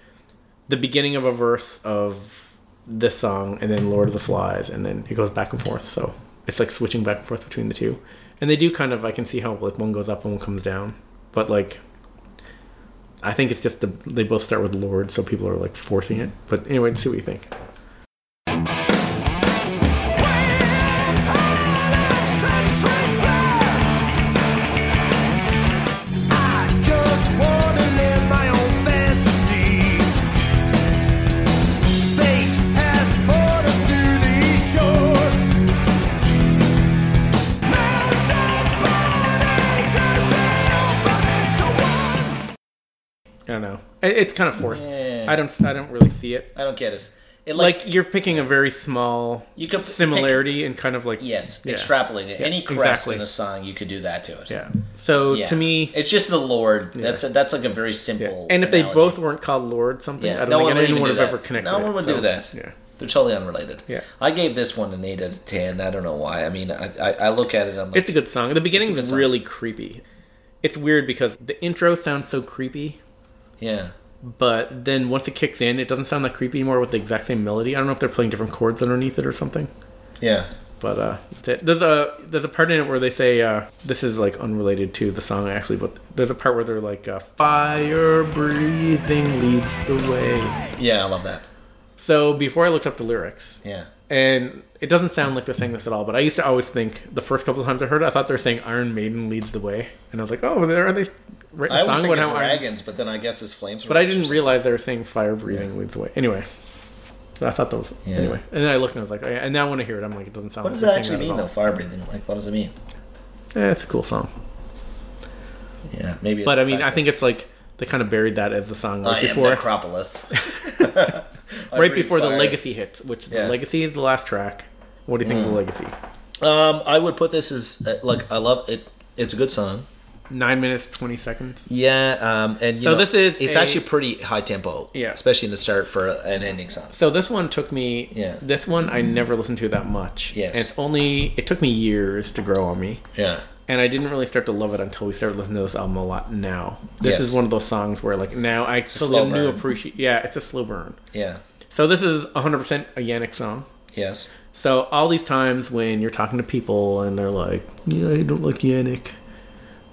[SPEAKER 2] the beginning of a verse of this song, and then Lord of the Flies, and then it goes back and forth. So it's like switching back and forth between the two. And they do kind of, I can see how like one goes up and one comes down, but like I think it's just the, they both start with Lord, so people are like forcing it. But anyway, see what you think. I don't know. It- It's kind of forced.
[SPEAKER 1] Yeah.
[SPEAKER 2] I don't. I don't really see it.
[SPEAKER 1] I don't get it. It
[SPEAKER 2] Like, you're picking a very small
[SPEAKER 1] You could pick-
[SPEAKER 2] similarity and kind of like
[SPEAKER 1] yes,
[SPEAKER 2] Yeah.
[SPEAKER 1] extrapolating it.
[SPEAKER 2] Yeah,
[SPEAKER 1] Any crest
[SPEAKER 2] exactly.
[SPEAKER 1] in a song, you could do that to it.
[SPEAKER 2] Yeah. So
[SPEAKER 1] Yeah.
[SPEAKER 2] to me,
[SPEAKER 1] it's just the Lord. That's a, that's like a very
[SPEAKER 2] yeah.
[SPEAKER 1] simple.
[SPEAKER 2] and if they
[SPEAKER 1] analogy.
[SPEAKER 2] both weren't called Lord something,
[SPEAKER 1] Yeah,
[SPEAKER 2] I don't
[SPEAKER 1] no one
[SPEAKER 2] think
[SPEAKER 1] would
[SPEAKER 2] anyone
[SPEAKER 1] even
[SPEAKER 2] would
[SPEAKER 1] do
[SPEAKER 2] have
[SPEAKER 1] that.
[SPEAKER 2] ever connected.
[SPEAKER 1] No one
[SPEAKER 2] it,
[SPEAKER 1] would
[SPEAKER 2] so,
[SPEAKER 1] do that.
[SPEAKER 2] Yeah.
[SPEAKER 1] They're totally unrelated.
[SPEAKER 2] Yeah.
[SPEAKER 1] I gave this one an eight out of ten. I don't know why. I mean, I, I, I look at it. I'm like,
[SPEAKER 2] It's a good song. The beginning's
[SPEAKER 1] good song.
[SPEAKER 2] really creepy. It's weird because the intro sounds so creepy,
[SPEAKER 1] yeah,
[SPEAKER 2] but then once it kicks in, it doesn't sound that creepy anymore with the exact same melody. I don't know if they're playing different chords underneath it or something.
[SPEAKER 1] yeah.
[SPEAKER 2] But uh, th- there's a there's a part in it where they say uh, this is like unrelated to the song actually, but there's a part where they're like uh, fire breathing leads the way.
[SPEAKER 1] Yeah, I love that.
[SPEAKER 2] So before I looked up the lyrics,
[SPEAKER 1] Yeah.
[SPEAKER 2] and it doesn't sound like they're saying this at all. But I used to always think the first couple of times I heard it, I thought they were saying Iron Maiden leads the way, and I was like, oh, there are they writing
[SPEAKER 1] I
[SPEAKER 2] a
[SPEAKER 1] always
[SPEAKER 2] song
[SPEAKER 1] think
[SPEAKER 2] about
[SPEAKER 1] it's
[SPEAKER 2] how Iron
[SPEAKER 1] dragons, but then I guess it's flames.
[SPEAKER 2] But I didn't realize they were saying fire breathing leads the way. Anyway. So I thought that was
[SPEAKER 1] Yeah.
[SPEAKER 2] anyway, and then I looked and I was like, oh, yeah. and now when I hear it, I'm like, it doesn't sound.
[SPEAKER 1] What
[SPEAKER 2] like
[SPEAKER 1] does
[SPEAKER 2] they're
[SPEAKER 1] that
[SPEAKER 2] saying
[SPEAKER 1] actually mean
[SPEAKER 2] at
[SPEAKER 1] though?
[SPEAKER 2] all.
[SPEAKER 1] Fire breathing. Like, what does it mean?
[SPEAKER 2] Eh, it's a cool song.
[SPEAKER 1] Yeah, maybe. It's
[SPEAKER 2] But
[SPEAKER 1] the
[SPEAKER 2] I mean,
[SPEAKER 1] fact
[SPEAKER 2] I
[SPEAKER 1] that-
[SPEAKER 2] think it's like they kind of buried that as the song
[SPEAKER 1] I
[SPEAKER 2] right
[SPEAKER 1] am
[SPEAKER 2] before,
[SPEAKER 1] Necropolis.
[SPEAKER 2] right before the legacy hits, which
[SPEAKER 1] Yeah. Mm.
[SPEAKER 2] the legacy is the last track. What do you think of the legacy?
[SPEAKER 1] Um, I would put this as uh, like I love it. It's a good song.
[SPEAKER 2] Nine minutes twenty seconds.
[SPEAKER 1] Yeah, um, and you
[SPEAKER 2] So
[SPEAKER 1] know,
[SPEAKER 2] this is
[SPEAKER 1] it's
[SPEAKER 2] a-
[SPEAKER 1] actually pretty high tempo.
[SPEAKER 2] Yeah.
[SPEAKER 1] especially in the start for an ending song.
[SPEAKER 2] So this one took me.
[SPEAKER 1] Yeah.
[SPEAKER 2] This one I never listened to that much.
[SPEAKER 1] Yes.
[SPEAKER 2] And it's only it took me years to grow on me,
[SPEAKER 1] Yeah,
[SPEAKER 2] and I didn't really start to love it until we started listening to this album a lot. Now this
[SPEAKER 1] Yes.
[SPEAKER 2] is one of those songs where like now I
[SPEAKER 1] a
[SPEAKER 2] still
[SPEAKER 1] slow
[SPEAKER 2] get a new
[SPEAKER 1] burn.
[SPEAKER 2] appreciate. Yeah, it's a slow burn.
[SPEAKER 1] yeah,
[SPEAKER 2] So this is 100% a Yannick song.
[SPEAKER 1] yes,
[SPEAKER 2] So all these times when you're talking to people and they're like, "Yeah, I don't like Yannick.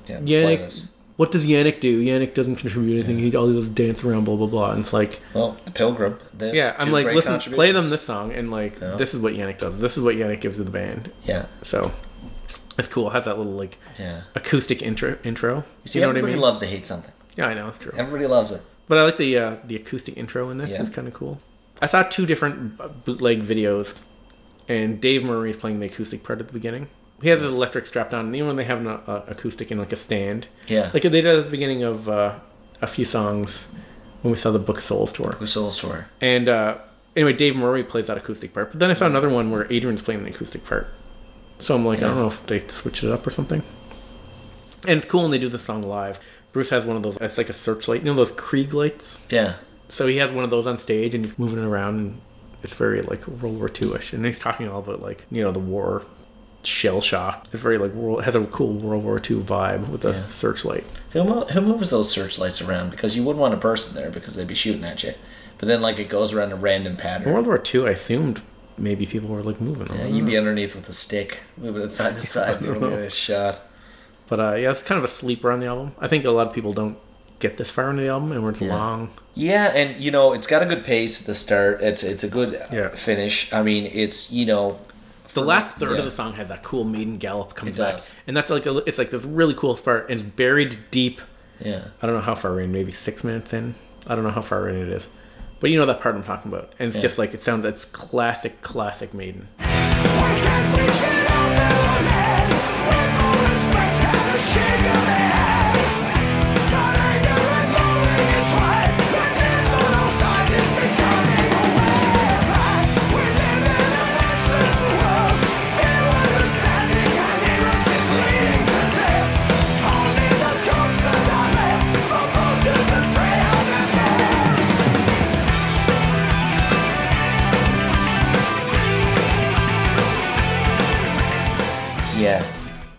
[SPEAKER 1] yeah. Play
[SPEAKER 2] Yannick,
[SPEAKER 1] this.
[SPEAKER 2] what does Yannick do? Yannick doesn't contribute anything. He always does dance around, blah blah blah." And it's like,
[SPEAKER 1] Well, the Pilgrim. This,
[SPEAKER 2] yeah, I'm
[SPEAKER 1] two
[SPEAKER 2] like,
[SPEAKER 1] great
[SPEAKER 2] listen, play them
[SPEAKER 1] contributions.
[SPEAKER 2] this song, and like, this is what Yannick does. This is what Yannick gives to the band.
[SPEAKER 1] Yeah,
[SPEAKER 2] So it's cool. It has that little like
[SPEAKER 1] yeah.
[SPEAKER 2] acoustic intro. Intro. You,
[SPEAKER 1] See,
[SPEAKER 2] know what I
[SPEAKER 1] everybody
[SPEAKER 2] mean?
[SPEAKER 1] loves to hate something.
[SPEAKER 2] yeah, I know it's true.
[SPEAKER 1] Everybody loves it.
[SPEAKER 2] But I like the uh, the acoustic intro in this.
[SPEAKER 1] Yeah.
[SPEAKER 2] It's kind of cool. I saw two different b- bootleg videos, and Dave Murray is playing the acoustic part at the beginning. He has his electric strapped on, and even when they have an uh, acoustic in like a stand,
[SPEAKER 1] Yeah.
[SPEAKER 2] like they did at the beginning of uh, a few songs when we saw the Book of Souls tour.
[SPEAKER 1] Who Soul Store.
[SPEAKER 2] And uh, anyway, Dave Murray plays that acoustic part. But then I saw another one where Adrian's playing the acoustic part. So I'm like, I don't know if they switched it up or something. And it's cool when they do the song live. Bruce has one of those. It's like a searchlight. You know those Krieg lights.
[SPEAKER 1] Yeah,
[SPEAKER 2] So he has one of those on stage and he's moving it around and it's very like World War II ish. And he's talking all about like, you know, the war shell shock. It's very like world has a cool World War II vibe with a
[SPEAKER 1] Yeah.
[SPEAKER 2] searchlight.
[SPEAKER 1] who mo- who moves those searchlights around? Because you wouldn't want a person there because they'd be shooting at you. But then, like, it goes around a random pattern.
[SPEAKER 2] In World War II I assumed maybe people were like moving
[SPEAKER 1] Yeah,
[SPEAKER 2] on.
[SPEAKER 1] you'd be underneath with a stick, moving it side to side, doing a shot.
[SPEAKER 2] But uh, yeah, it's kind of a sleeper on the album. I think a lot of people don't get this far into the album and where it's long.
[SPEAKER 1] Yeah, and you know, it's got a good pace at the start. It's it's a good uh,
[SPEAKER 2] Yeah.
[SPEAKER 1] finish. I mean, it's you know,
[SPEAKER 2] The last third
[SPEAKER 1] yeah.
[SPEAKER 2] of the song has that cool maiden gallop comes
[SPEAKER 1] It
[SPEAKER 2] back,
[SPEAKER 1] does.
[SPEAKER 2] and that's like a, it's like this really cool part, and it's buried deep
[SPEAKER 1] yeah,
[SPEAKER 2] I don't know how far in, maybe six minutes in. I don't know how far in it is. But you know that part I'm talking about. And it's just like, it sounds, it's classic, classic Maiden.
[SPEAKER 4] Just a prey on the past
[SPEAKER 1] yeah.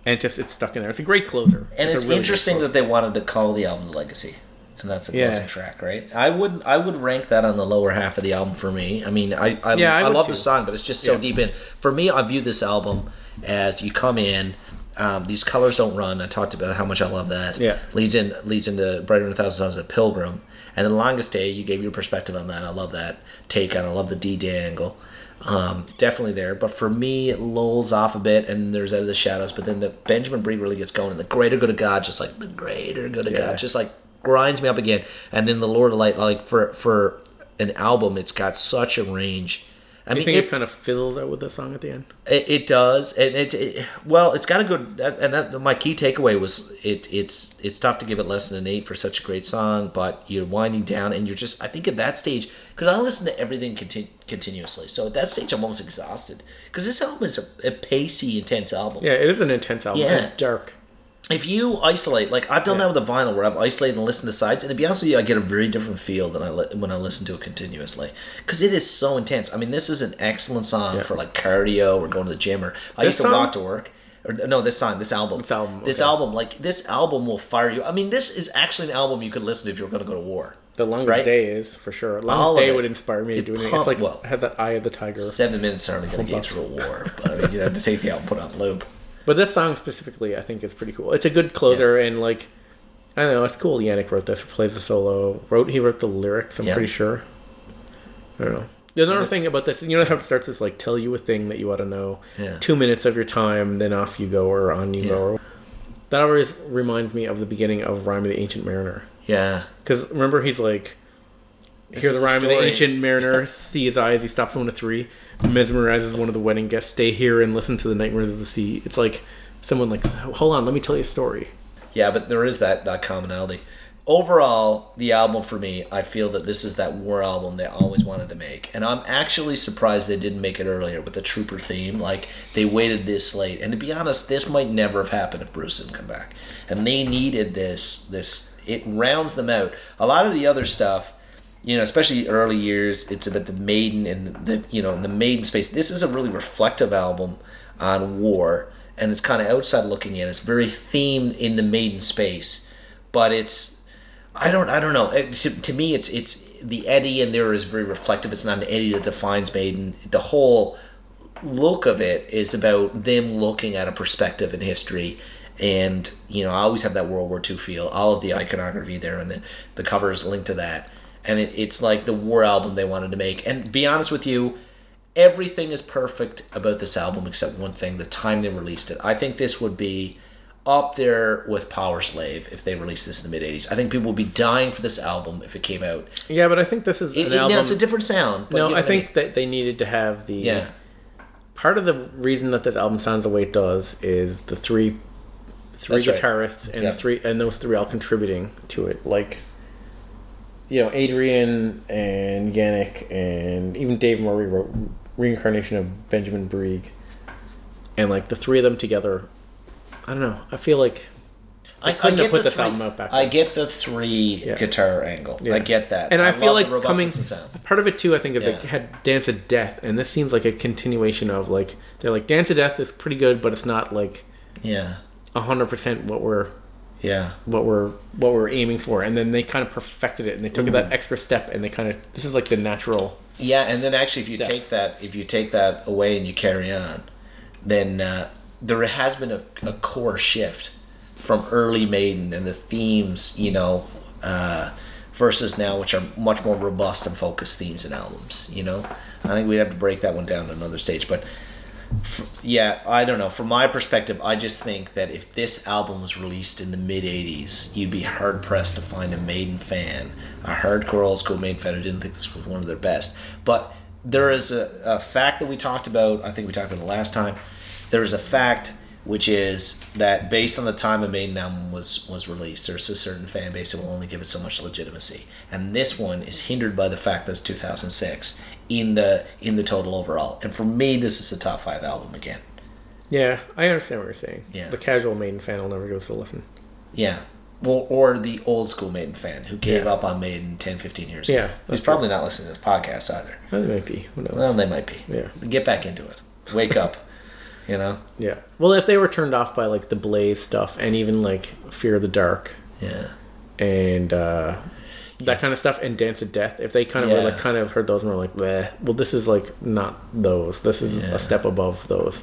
[SPEAKER 2] And it just, it's stuck in there. It's a great closer.
[SPEAKER 1] And it's,
[SPEAKER 2] a really good
[SPEAKER 1] interesting
[SPEAKER 2] closer.
[SPEAKER 1] that they wanted to call the album "Legacy," and that's the
[SPEAKER 2] Yeah.
[SPEAKER 1] closing track, right? I would I would rank that on the lower half of the album for me. I mean, I I,
[SPEAKER 2] Yeah, I
[SPEAKER 1] I,
[SPEAKER 2] would
[SPEAKER 1] love
[SPEAKER 2] too.
[SPEAKER 1] the song, but it's just so
[SPEAKER 2] Yeah.
[SPEAKER 1] deep in. For me, I view this album as you come in. Um, these colors don't run. I talked about how much I love that.
[SPEAKER 2] Yeah.
[SPEAKER 1] leads in leads into brighter than a thousand suns at Pilgrim, and then longest day. You gave your perspective on that. I love that take on. I love the D Day angle. Um, definitely there, but for me, it lulls off a bit, and there's out of the shadows. But then the Benjamin Bree really gets going, and the greater good of God, just like the greater good of
[SPEAKER 2] Yeah.
[SPEAKER 1] God, just like grinds me up again. And then the Lord of Light, like for for an album, it's got such a range. I
[SPEAKER 2] You
[SPEAKER 1] mean,
[SPEAKER 2] think it,
[SPEAKER 1] it-
[SPEAKER 2] kind of fizzles out with the song at the end?
[SPEAKER 1] it, it does, and it, it- well, it's got a good. that- And that, my key takeaway was it. It's it's tough to give it less than an eight for such a great song, but you're winding down, and you're just. I think at that stage, because I listen to everything conti- continuously, so at that stage I'm almost exhausted because this album is a, a pacey, intense album.
[SPEAKER 2] Yeah, it is an intense album.
[SPEAKER 1] Yeah.
[SPEAKER 2] It's dark.
[SPEAKER 1] If you isolate, like I've done
[SPEAKER 2] Yeah.
[SPEAKER 1] that with a vinyl, where I've isolated and listened to sides, and to be honest with you, I get a very different feel than I li- when I listen to it continuously because it is so intense. I mean, this is an excellent song
[SPEAKER 2] Yeah.
[SPEAKER 1] for like cardio or going to the gym or I
[SPEAKER 2] This
[SPEAKER 1] used to
[SPEAKER 2] song?
[SPEAKER 1] walk to work. Or, no, this song, this album,
[SPEAKER 2] This album,
[SPEAKER 1] this
[SPEAKER 2] okay.
[SPEAKER 1] album, like this album will fire you. I mean, this is actually an album you could listen to if you were going to go to war.
[SPEAKER 2] The longest
[SPEAKER 1] Right.
[SPEAKER 2] day is for sure.
[SPEAKER 1] All of
[SPEAKER 2] Longest day
[SPEAKER 1] it.
[SPEAKER 2] would inspire me to
[SPEAKER 1] It
[SPEAKER 2] do anything.
[SPEAKER 1] pump-
[SPEAKER 2] It's like
[SPEAKER 1] well-
[SPEAKER 2] has that eye of the tiger.
[SPEAKER 1] Seven minutes aren't going to get
[SPEAKER 2] up.
[SPEAKER 1] you through a war, but I mean, you know, to take the album, put it on loop.
[SPEAKER 2] But this song specifically, I think, is pretty cool. It's a good closer, and like, I don't know, it's cool. Yannick wrote this, plays the solo. Wrote he wrote the lyrics. I'm
[SPEAKER 1] Yeah.
[SPEAKER 2] pretty sure. I don't know. The another
[SPEAKER 1] it's-
[SPEAKER 2] thing about this, you know how it starts is like tell you a thing that you ought to know.
[SPEAKER 1] Yeah.
[SPEAKER 2] Two minutes of your time, then off you go or on you
[SPEAKER 1] Yeah.
[SPEAKER 2] go. Or, that always reminds me of the beginning of Rhyme of the Ancient Mariner.
[SPEAKER 1] Yeah,
[SPEAKER 2] Because remember, he's like, hear
[SPEAKER 1] is
[SPEAKER 2] the
[SPEAKER 1] a
[SPEAKER 2] rhyme of the
[SPEAKER 1] story."
[SPEAKER 2] ancient mariner, see his eyes, he stops one to three, mesmerizes one of the wedding guests, stay here and listen to the nightmares of the sea. It's like someone like, hold on, let me tell you a story.
[SPEAKER 1] Yeah, but there is that that commonality. Overall, the album for me, I feel that this is that war album they always wanted to make, and I'm actually surprised they didn't make it earlier with the trooper theme. Like they waited this late, and to be honest, this might never have happened if Bruce didn't come back. And they needed this. This it rounds them out. A lot of the other stuff, you know, especially early years, it's about the maiden and the you know the maiden space. This is a really reflective album on war, and it's kind of outside looking in. It's very themed in the maiden space, but it's I don't I don't know. It- to, to me, it's it's the Eddie in there is very reflective. It's not an Eddie that defines maiden. The whole look of it is about them looking at a perspective in history. And, you know, I always have that World War II feel. All of the iconography there and the, the cover is linked to that. And it, it's like the war album they wanted to make. And be honest with you, everything is perfect about this album except one thing the time they released it. I think this would be up there with Power Slave if they released this in the mid 80s. I think people would be dying for this album if it came out.
[SPEAKER 2] Yeah, but I think this is
[SPEAKER 1] It,
[SPEAKER 2] an
[SPEAKER 1] it- now,
[SPEAKER 2] album.
[SPEAKER 1] it's a different sound. But
[SPEAKER 2] no,
[SPEAKER 1] you know
[SPEAKER 2] I
[SPEAKER 1] what mean?
[SPEAKER 2] think that they needed to have the.
[SPEAKER 1] Yeah.
[SPEAKER 2] Part of the reason that this album sounds the way it does is the three, three
[SPEAKER 1] That's right.
[SPEAKER 2] guitarists and
[SPEAKER 1] Yeah.
[SPEAKER 2] the three and those three all contributing to it. Like, you know, Adrian and Yannick and even Dave Murray wrote "Reincarnation of Benjamin Brieg," and like the three of them together. I don't know. I feel like
[SPEAKER 1] I
[SPEAKER 2] couldn't have
[SPEAKER 1] get
[SPEAKER 2] put
[SPEAKER 1] the
[SPEAKER 2] this
[SPEAKER 1] three-
[SPEAKER 2] album out back
[SPEAKER 1] I
[SPEAKER 2] then.
[SPEAKER 1] get the three guitar angle. I
[SPEAKER 2] Yeah.
[SPEAKER 1] get that,
[SPEAKER 2] and I, feel
[SPEAKER 1] love
[SPEAKER 2] like
[SPEAKER 1] the
[SPEAKER 2] coming
[SPEAKER 1] robustness of sound.
[SPEAKER 2] part of it too. I think is they
[SPEAKER 1] Yeah.
[SPEAKER 2] had Dance of Death, and this seems like a continuation of like they're like Dance of Death is pretty good, but it's not like
[SPEAKER 1] Yeah,
[SPEAKER 2] hundred percent what we're
[SPEAKER 1] yeah,
[SPEAKER 2] what we're what we're aiming for. And then they kind of perfected it, and they took that extra step, and they kind of this is like the natural.
[SPEAKER 1] yeah. And then actually, if you
[SPEAKER 2] Step.
[SPEAKER 1] take that, if you take that away and you carry on, then uh, there has been a, a core shift from early Maiden and the themes, you know, uh, versus now, which are much more robust and focused themes and albums. You know, I think we'd have to break that one down to another stage, but. yeah, I don't know. From my perspective, I just think that if this album was released in the mid 80s, you'd be hard pressed to find a Maiden fan, a hardcore old school Maiden fan who didn't think this was one of their best. But there is a, a fact that we talked about, I think we talked about it last time. There is a fact which is that based on the time a Maiden album was, was released, there's a certain fan base that will only give it so much legitimacy. And this one is hindered by the fact that it's 2006 in the in the total overall. And for me, this is a top five album again.
[SPEAKER 2] Yeah, I understand what you're saying.
[SPEAKER 1] Yeah.
[SPEAKER 2] the casual Maiden fan will never give us a listen.
[SPEAKER 1] Yeah. Well, or the old school Maiden fan who gave
[SPEAKER 2] Yeah.
[SPEAKER 1] up on Maiden 10, 15 years
[SPEAKER 2] Yeah,
[SPEAKER 1] ago.
[SPEAKER 2] that's
[SPEAKER 1] Who's probably not listening to the podcast either.
[SPEAKER 2] Oh, They might be. Who knows?
[SPEAKER 1] Well, they might be.
[SPEAKER 2] Yeah.
[SPEAKER 1] Get back into it. Wake up. You know?
[SPEAKER 2] yeah. Well, if they were turned off by like the Blaze stuff, and even like Fear of the Dark,
[SPEAKER 1] Yeah.
[SPEAKER 2] and uh, that kind of stuff and dance of death if they kind of were
[SPEAKER 1] Yeah.
[SPEAKER 2] like kind of heard those and were like Bleh. well this is like not those this is
[SPEAKER 1] Yeah.
[SPEAKER 2] a step above those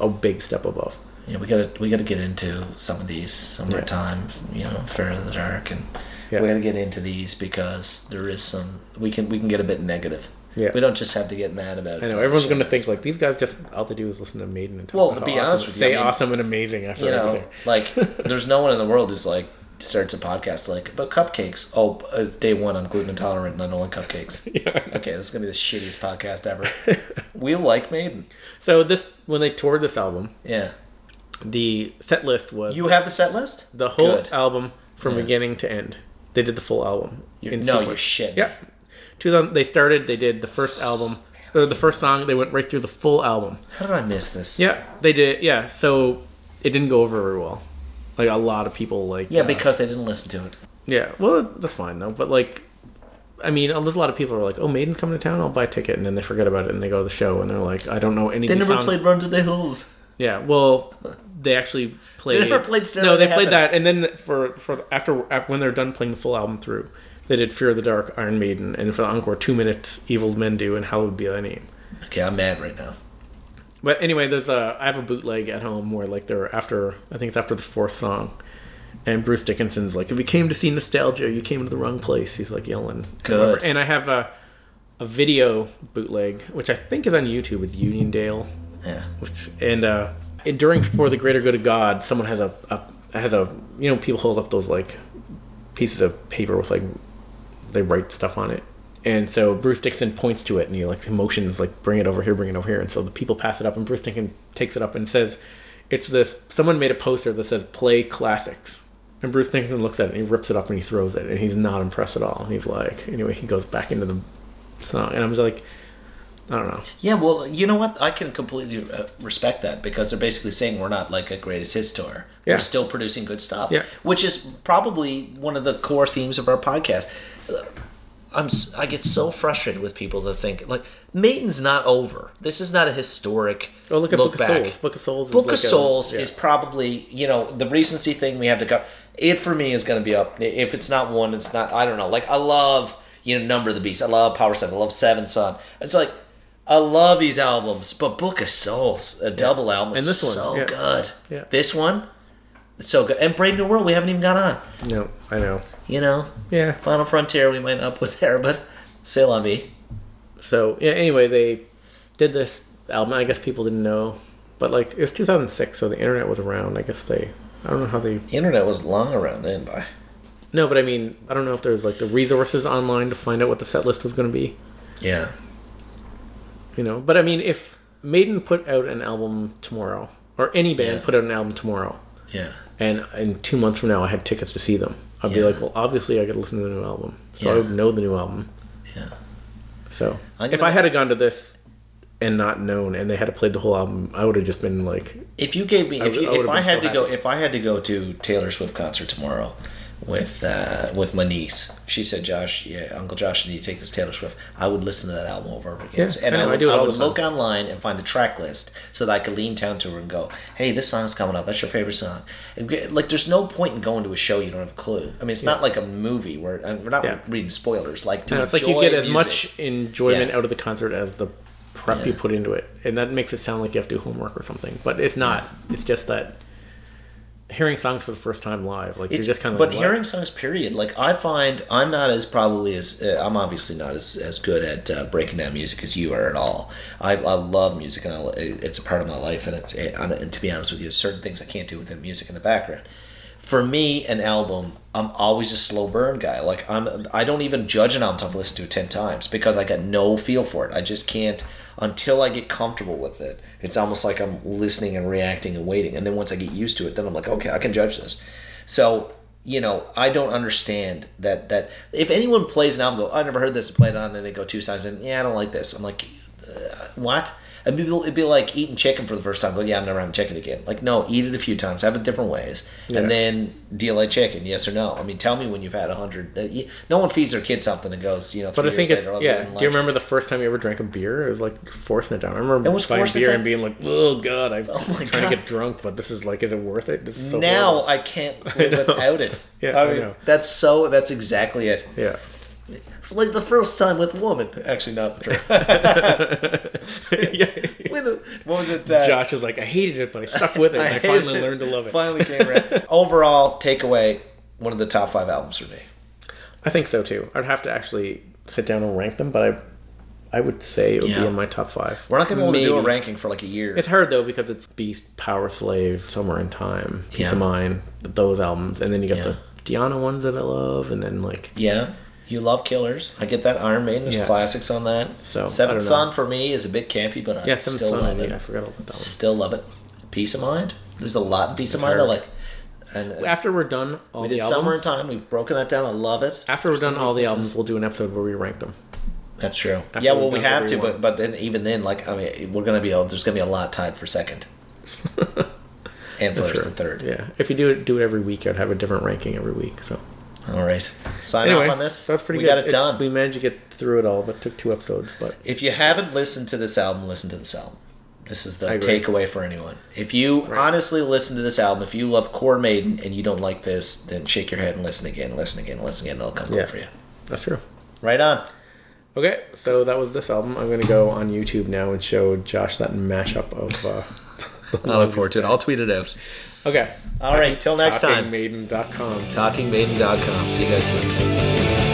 [SPEAKER 2] a big step above
[SPEAKER 1] you know, we gotta we gotta get into some of these summertime, you know, Fair in the Dark, and
[SPEAKER 2] Yeah.
[SPEAKER 1] we gotta get into these because there is some we can we can get a bit negative.
[SPEAKER 2] Yeah.
[SPEAKER 1] we don't just have to get mad about it.
[SPEAKER 2] I know everyone's going to think like these guys just all they do is listen to Maiden and talk
[SPEAKER 1] Well,
[SPEAKER 2] about
[SPEAKER 1] to be
[SPEAKER 2] how
[SPEAKER 1] honest
[SPEAKER 2] awesome,
[SPEAKER 1] with you, I
[SPEAKER 2] say
[SPEAKER 1] mean,
[SPEAKER 2] awesome and amazing after
[SPEAKER 1] you know,
[SPEAKER 2] everything.
[SPEAKER 1] like there's no one in the world who's like starts a podcast like about cupcakes. Oh, it's day one. I'm gluten intolerant and I don't like cupcakes. Okay, this is gonna be the shittiest podcast ever. we like Maiden.
[SPEAKER 2] So this when they toured this album,
[SPEAKER 1] Yeah,
[SPEAKER 2] the set list was
[SPEAKER 1] you have the set list.
[SPEAKER 2] the whole
[SPEAKER 1] Good.
[SPEAKER 2] album from beginning to end. They did the full album.
[SPEAKER 1] You-
[SPEAKER 2] in
[SPEAKER 1] no,
[SPEAKER 2] sequence.
[SPEAKER 1] you're shitting.
[SPEAKER 2] Yeah. 2000, they started. They did the first album, or the first song. They went right through the full album.
[SPEAKER 1] How did I miss this?
[SPEAKER 2] Yeah, they did. Yeah, so it didn't go over very well. Like a lot of people like.
[SPEAKER 1] Yeah,
[SPEAKER 2] uh,
[SPEAKER 1] because they didn't listen to it.
[SPEAKER 2] yeah. Well, that's fine though. But like, I mean, there's a lot of people who are like, "Oh, Maiden's coming to town. I'll buy a ticket," and then they forget about it and they go to the show and they're like, "I don't know any." of
[SPEAKER 1] They
[SPEAKER 2] these
[SPEAKER 1] never
[SPEAKER 2] songs.
[SPEAKER 1] played Run to the Hills.
[SPEAKER 2] Yeah, well, they actually played.
[SPEAKER 1] never played Stairway
[SPEAKER 2] No, they
[SPEAKER 1] to
[SPEAKER 2] played
[SPEAKER 1] Heaven.
[SPEAKER 2] that, and then for for after, after when they're done playing the full album through, they did Fear of the Dark, Iron Maiden, and for the encore, two minutes, Evil Men Do, and Hallowed Be Thy Name.
[SPEAKER 1] Okay, I'm mad right now.
[SPEAKER 2] But anyway, there's a I have a bootleg at home where like they're after I think it's after the fourth song, and Bruce Dickinson's like, "If you came to see nostalgia, you came to the wrong place." He's like yelling.
[SPEAKER 1] Good.
[SPEAKER 2] And I have a a video bootleg which I think is on YouTube with Uniondale
[SPEAKER 1] Yeah.
[SPEAKER 2] which and uh and during for the greater good of god someone has a, a has a you know people hold up those like pieces of paper with like they write stuff on it and so bruce dixon points to it and he like motions like bring it over here bring it over here and so the people pass it up and bruce dixon takes it up and says it's this someone made a poster that says play classics and bruce dixon looks at it and he rips it up and he throws it and he's not impressed at all he's like anyway he goes back into the song and i'm just like i don't know
[SPEAKER 1] Yeah, well, you know what? I can completely uh, respect that because they're basically saying we're not like a greatest hits tour.
[SPEAKER 2] Yeah.
[SPEAKER 1] We're still producing good stuff,
[SPEAKER 2] Yeah.
[SPEAKER 1] which is probably one of the core themes of our podcast. Uh, I'm s- I get so frustrated with people that think like Maiden's not over. This is not a historic
[SPEAKER 2] Oh, look at Book of
[SPEAKER 1] back.
[SPEAKER 2] Souls. Book of Souls is
[SPEAKER 1] Book
[SPEAKER 2] like
[SPEAKER 1] of
[SPEAKER 2] a-
[SPEAKER 1] Souls
[SPEAKER 2] yeah.
[SPEAKER 1] is probably you know the recency thing we have to go. It for me is going to be up. If it's not one, it's not. I don't know. Like I love you know Number of the Beast. I love Power Seven. I love Seven Son. It's like I love these albums, but Book of Souls, a double album, is
[SPEAKER 2] And this one,
[SPEAKER 1] so
[SPEAKER 2] yeah.
[SPEAKER 1] good.
[SPEAKER 2] Yeah.
[SPEAKER 1] This one, it's so good. And Brave New World, we haven't even got on.
[SPEAKER 2] no i know
[SPEAKER 1] You know,
[SPEAKER 2] yeah
[SPEAKER 1] Final Frontier, we went up with there, but C'est la vie.
[SPEAKER 2] So yeah, anyway, they did this album. I guess people didn't know, but like it was 2006, so the internet was around. I guess they, I don't know how they.
[SPEAKER 1] The internet was long around then, by.
[SPEAKER 2] No, but I mean, I don't know if there's like the resources online to find out what the set list was going to be.
[SPEAKER 1] Yeah.
[SPEAKER 2] You know, but I mean, if Maiden put out an album tomorrow, or any band
[SPEAKER 1] Yeah.
[SPEAKER 2] put out an album tomorrow,
[SPEAKER 1] Yeah.
[SPEAKER 2] and in two months from now I had tickets to see them, I'd be
[SPEAKER 1] Yeah.
[SPEAKER 2] like, well, obviously I could listen to the new album, so I
[SPEAKER 1] Yeah.
[SPEAKER 2] would know the new album.
[SPEAKER 1] Yeah.
[SPEAKER 2] So
[SPEAKER 1] I'm
[SPEAKER 2] if
[SPEAKER 1] gonna-
[SPEAKER 2] I had gone to this and not known, and they had played the whole album, I would have just been like,
[SPEAKER 1] If you gave me, if,
[SPEAKER 2] would-
[SPEAKER 1] you,
[SPEAKER 2] I
[SPEAKER 1] if
[SPEAKER 2] would've
[SPEAKER 1] I
[SPEAKER 2] been
[SPEAKER 1] had
[SPEAKER 2] so
[SPEAKER 1] to go,
[SPEAKER 2] happy.
[SPEAKER 1] if I had to go to Taylor Swift concert tomorrow with uh, with my niece, she said, "Josh, yeah, Uncle Josh, I need to take this Taylor Swift." I would listen to that album over and over again,
[SPEAKER 2] Yeah,
[SPEAKER 1] and
[SPEAKER 2] I
[SPEAKER 1] I,
[SPEAKER 2] know, I
[SPEAKER 1] would,
[SPEAKER 2] do it all
[SPEAKER 1] would
[SPEAKER 2] the time.
[SPEAKER 1] look online and find the track list so that I could lean down to her and go, "Hey, this song's coming up. That's your favorite song." And, g- like, there's no point in going to a show you don't have a clue. I mean, it's not like a movie where and we're not
[SPEAKER 2] Yeah.
[SPEAKER 1] reading spoilers. Like, to
[SPEAKER 2] No, it's like you
[SPEAKER 1] enjoy
[SPEAKER 2] get as
[SPEAKER 1] music.
[SPEAKER 2] much enjoyment
[SPEAKER 1] Yeah.
[SPEAKER 2] out of the concert as the prep you
[SPEAKER 1] Yeah.
[SPEAKER 2] put into it, and that makes it sound like you have to do homework or something. But it's not. It's just that hearing songs for the first time live, like
[SPEAKER 1] It's
[SPEAKER 2] you're just kind of
[SPEAKER 1] but
[SPEAKER 2] like, what?
[SPEAKER 1] hearing songs. Period. Like I find I'm not as probably as uh, I'm obviously not as, as good at uh, breaking down music as you are at all. I, I love music and I, it's a part of my life. And it's and, and to be honest with you, there's certain things I can't do without music in the background. For me, an album, I'm always a slow burn guy. Like I'm, I don't even judge an album until I've listened to it ten times because I got no feel for it. I just can't until I get comfortable with it. It's almost like I'm listening and reacting and waiting. And then once I get used to it, then I'm like, okay, I can judge this. So you know, I don't understand that that if anyone plays an album, go, I never heard this, play it on, then they go two songs, and yeah, I don't like this. I'm like, uh, what? It'd be, it'd be like eating chicken for the first time. Go, yeah, I'm never having chicken again. Like, no, eat it a few times, have it different ways,
[SPEAKER 2] Yeah.
[SPEAKER 1] and then do you like chicken? Yes or no? I mean, tell me when you've had a hundred. Uh, you- no one feeds their kid something and goes, you know, three
[SPEAKER 2] But I
[SPEAKER 1] years
[SPEAKER 2] think it's
[SPEAKER 1] later, oh, they
[SPEAKER 2] yeah.
[SPEAKER 1] didn't
[SPEAKER 2] Do you
[SPEAKER 1] like
[SPEAKER 2] remember the first time you ever drank a beer? It was like forcing it down. I remember
[SPEAKER 1] It was
[SPEAKER 2] buying
[SPEAKER 1] forcing it
[SPEAKER 2] beer
[SPEAKER 1] down.
[SPEAKER 2] and being like, "Oh God, I'm
[SPEAKER 1] my
[SPEAKER 2] trying
[SPEAKER 1] God.
[SPEAKER 2] to get drunk, but this is like, is it worth it?" This is so
[SPEAKER 1] it. now
[SPEAKER 2] horrible."
[SPEAKER 1] I can't live
[SPEAKER 2] know.
[SPEAKER 1] without it.
[SPEAKER 2] Yeah, I know.
[SPEAKER 1] that's so. That's exactly it.
[SPEAKER 2] yeah,
[SPEAKER 1] It's like the first time with woman. Actually, not true.
[SPEAKER 2] yeah.
[SPEAKER 1] with
[SPEAKER 5] What was it? Uh,
[SPEAKER 2] Josh is like, I hated it, but I stuck with it. and I
[SPEAKER 5] hated
[SPEAKER 2] finally learned to love it.
[SPEAKER 5] Finally came around.
[SPEAKER 1] Overall, takeaway one of the top five albums for me.
[SPEAKER 2] I think so too. I'd have to actually sit down and rank them, but I, I would say it would
[SPEAKER 1] Yeah.
[SPEAKER 2] be in my top five.
[SPEAKER 1] We're not going to be able to do a
[SPEAKER 2] Maybe.
[SPEAKER 1] ranking for like a year.
[SPEAKER 2] It's hard though because it's Beast, Power Slave, Somewhere in Time, Peace of
[SPEAKER 1] Yeah.
[SPEAKER 2] Mind, those albums, and then you got
[SPEAKER 1] Yeah.
[SPEAKER 2] the Diana ones that I love, and then like
[SPEAKER 1] yeah. You love Killers. I get that Iron Maiden. There's
[SPEAKER 2] Yeah.
[SPEAKER 1] classics on that.
[SPEAKER 2] So, I
[SPEAKER 1] Seventh
[SPEAKER 2] don't know.
[SPEAKER 1] Son for me is a bit campy, but I
[SPEAKER 2] yeah, Seventh
[SPEAKER 1] still
[SPEAKER 2] Son. I,
[SPEAKER 1] love
[SPEAKER 2] mean,
[SPEAKER 1] it.
[SPEAKER 2] I forgot all about that one.
[SPEAKER 1] Still love it. Peace of Mind. There's a lot of Peace of Mind I
[SPEAKER 2] hard.
[SPEAKER 1] like. And uh,
[SPEAKER 2] After we're done all
[SPEAKER 1] we
[SPEAKER 2] the
[SPEAKER 1] did
[SPEAKER 2] albums,
[SPEAKER 1] Summer in Time. We've broken that down. I love it.
[SPEAKER 2] after we're done all the
[SPEAKER 1] This
[SPEAKER 2] albums,
[SPEAKER 1] is-
[SPEAKER 2] we'll do an episode where we rank them.
[SPEAKER 1] That's true.
[SPEAKER 2] After
[SPEAKER 1] yeah,
[SPEAKER 2] we've
[SPEAKER 1] well, we
[SPEAKER 2] done
[SPEAKER 1] have
[SPEAKER 2] every
[SPEAKER 1] to,
[SPEAKER 2] one.
[SPEAKER 1] but but then even then, like I mean, we're gonna be able, there's gonna be a lot tied for second, and first
[SPEAKER 2] Sure.
[SPEAKER 1] and third.
[SPEAKER 2] Yeah, if you do it, do it every week, I'd have a different ranking every week. So
[SPEAKER 1] All right, sign
[SPEAKER 2] anyway,
[SPEAKER 1] off on this.
[SPEAKER 2] That's pretty
[SPEAKER 1] we
[SPEAKER 2] good.
[SPEAKER 1] got it done.
[SPEAKER 2] We managed to get through it all, but it took two episodes. But
[SPEAKER 1] if you haven't listened to this album, listen to this album. This is the
[SPEAKER 2] agree.
[SPEAKER 1] takeaway for anyone. If you honestly listen to this album, if you love Core Maiden and you don't like this, then shake your head and listen again, listen again, listen again. It'll come
[SPEAKER 2] Yeah.
[SPEAKER 1] good for you.
[SPEAKER 2] that's true.
[SPEAKER 1] Right on.
[SPEAKER 2] Okay, so that was this album. I'm gonna go on YouTube now and show Josh that mashup of. Uh,
[SPEAKER 1] I look forward to it. I'll tweet it out.
[SPEAKER 2] okay,
[SPEAKER 1] All right. Till next time.
[SPEAKER 2] TalkingMaiden.com.
[SPEAKER 1] TalkingMaiden.com. See you guys soon.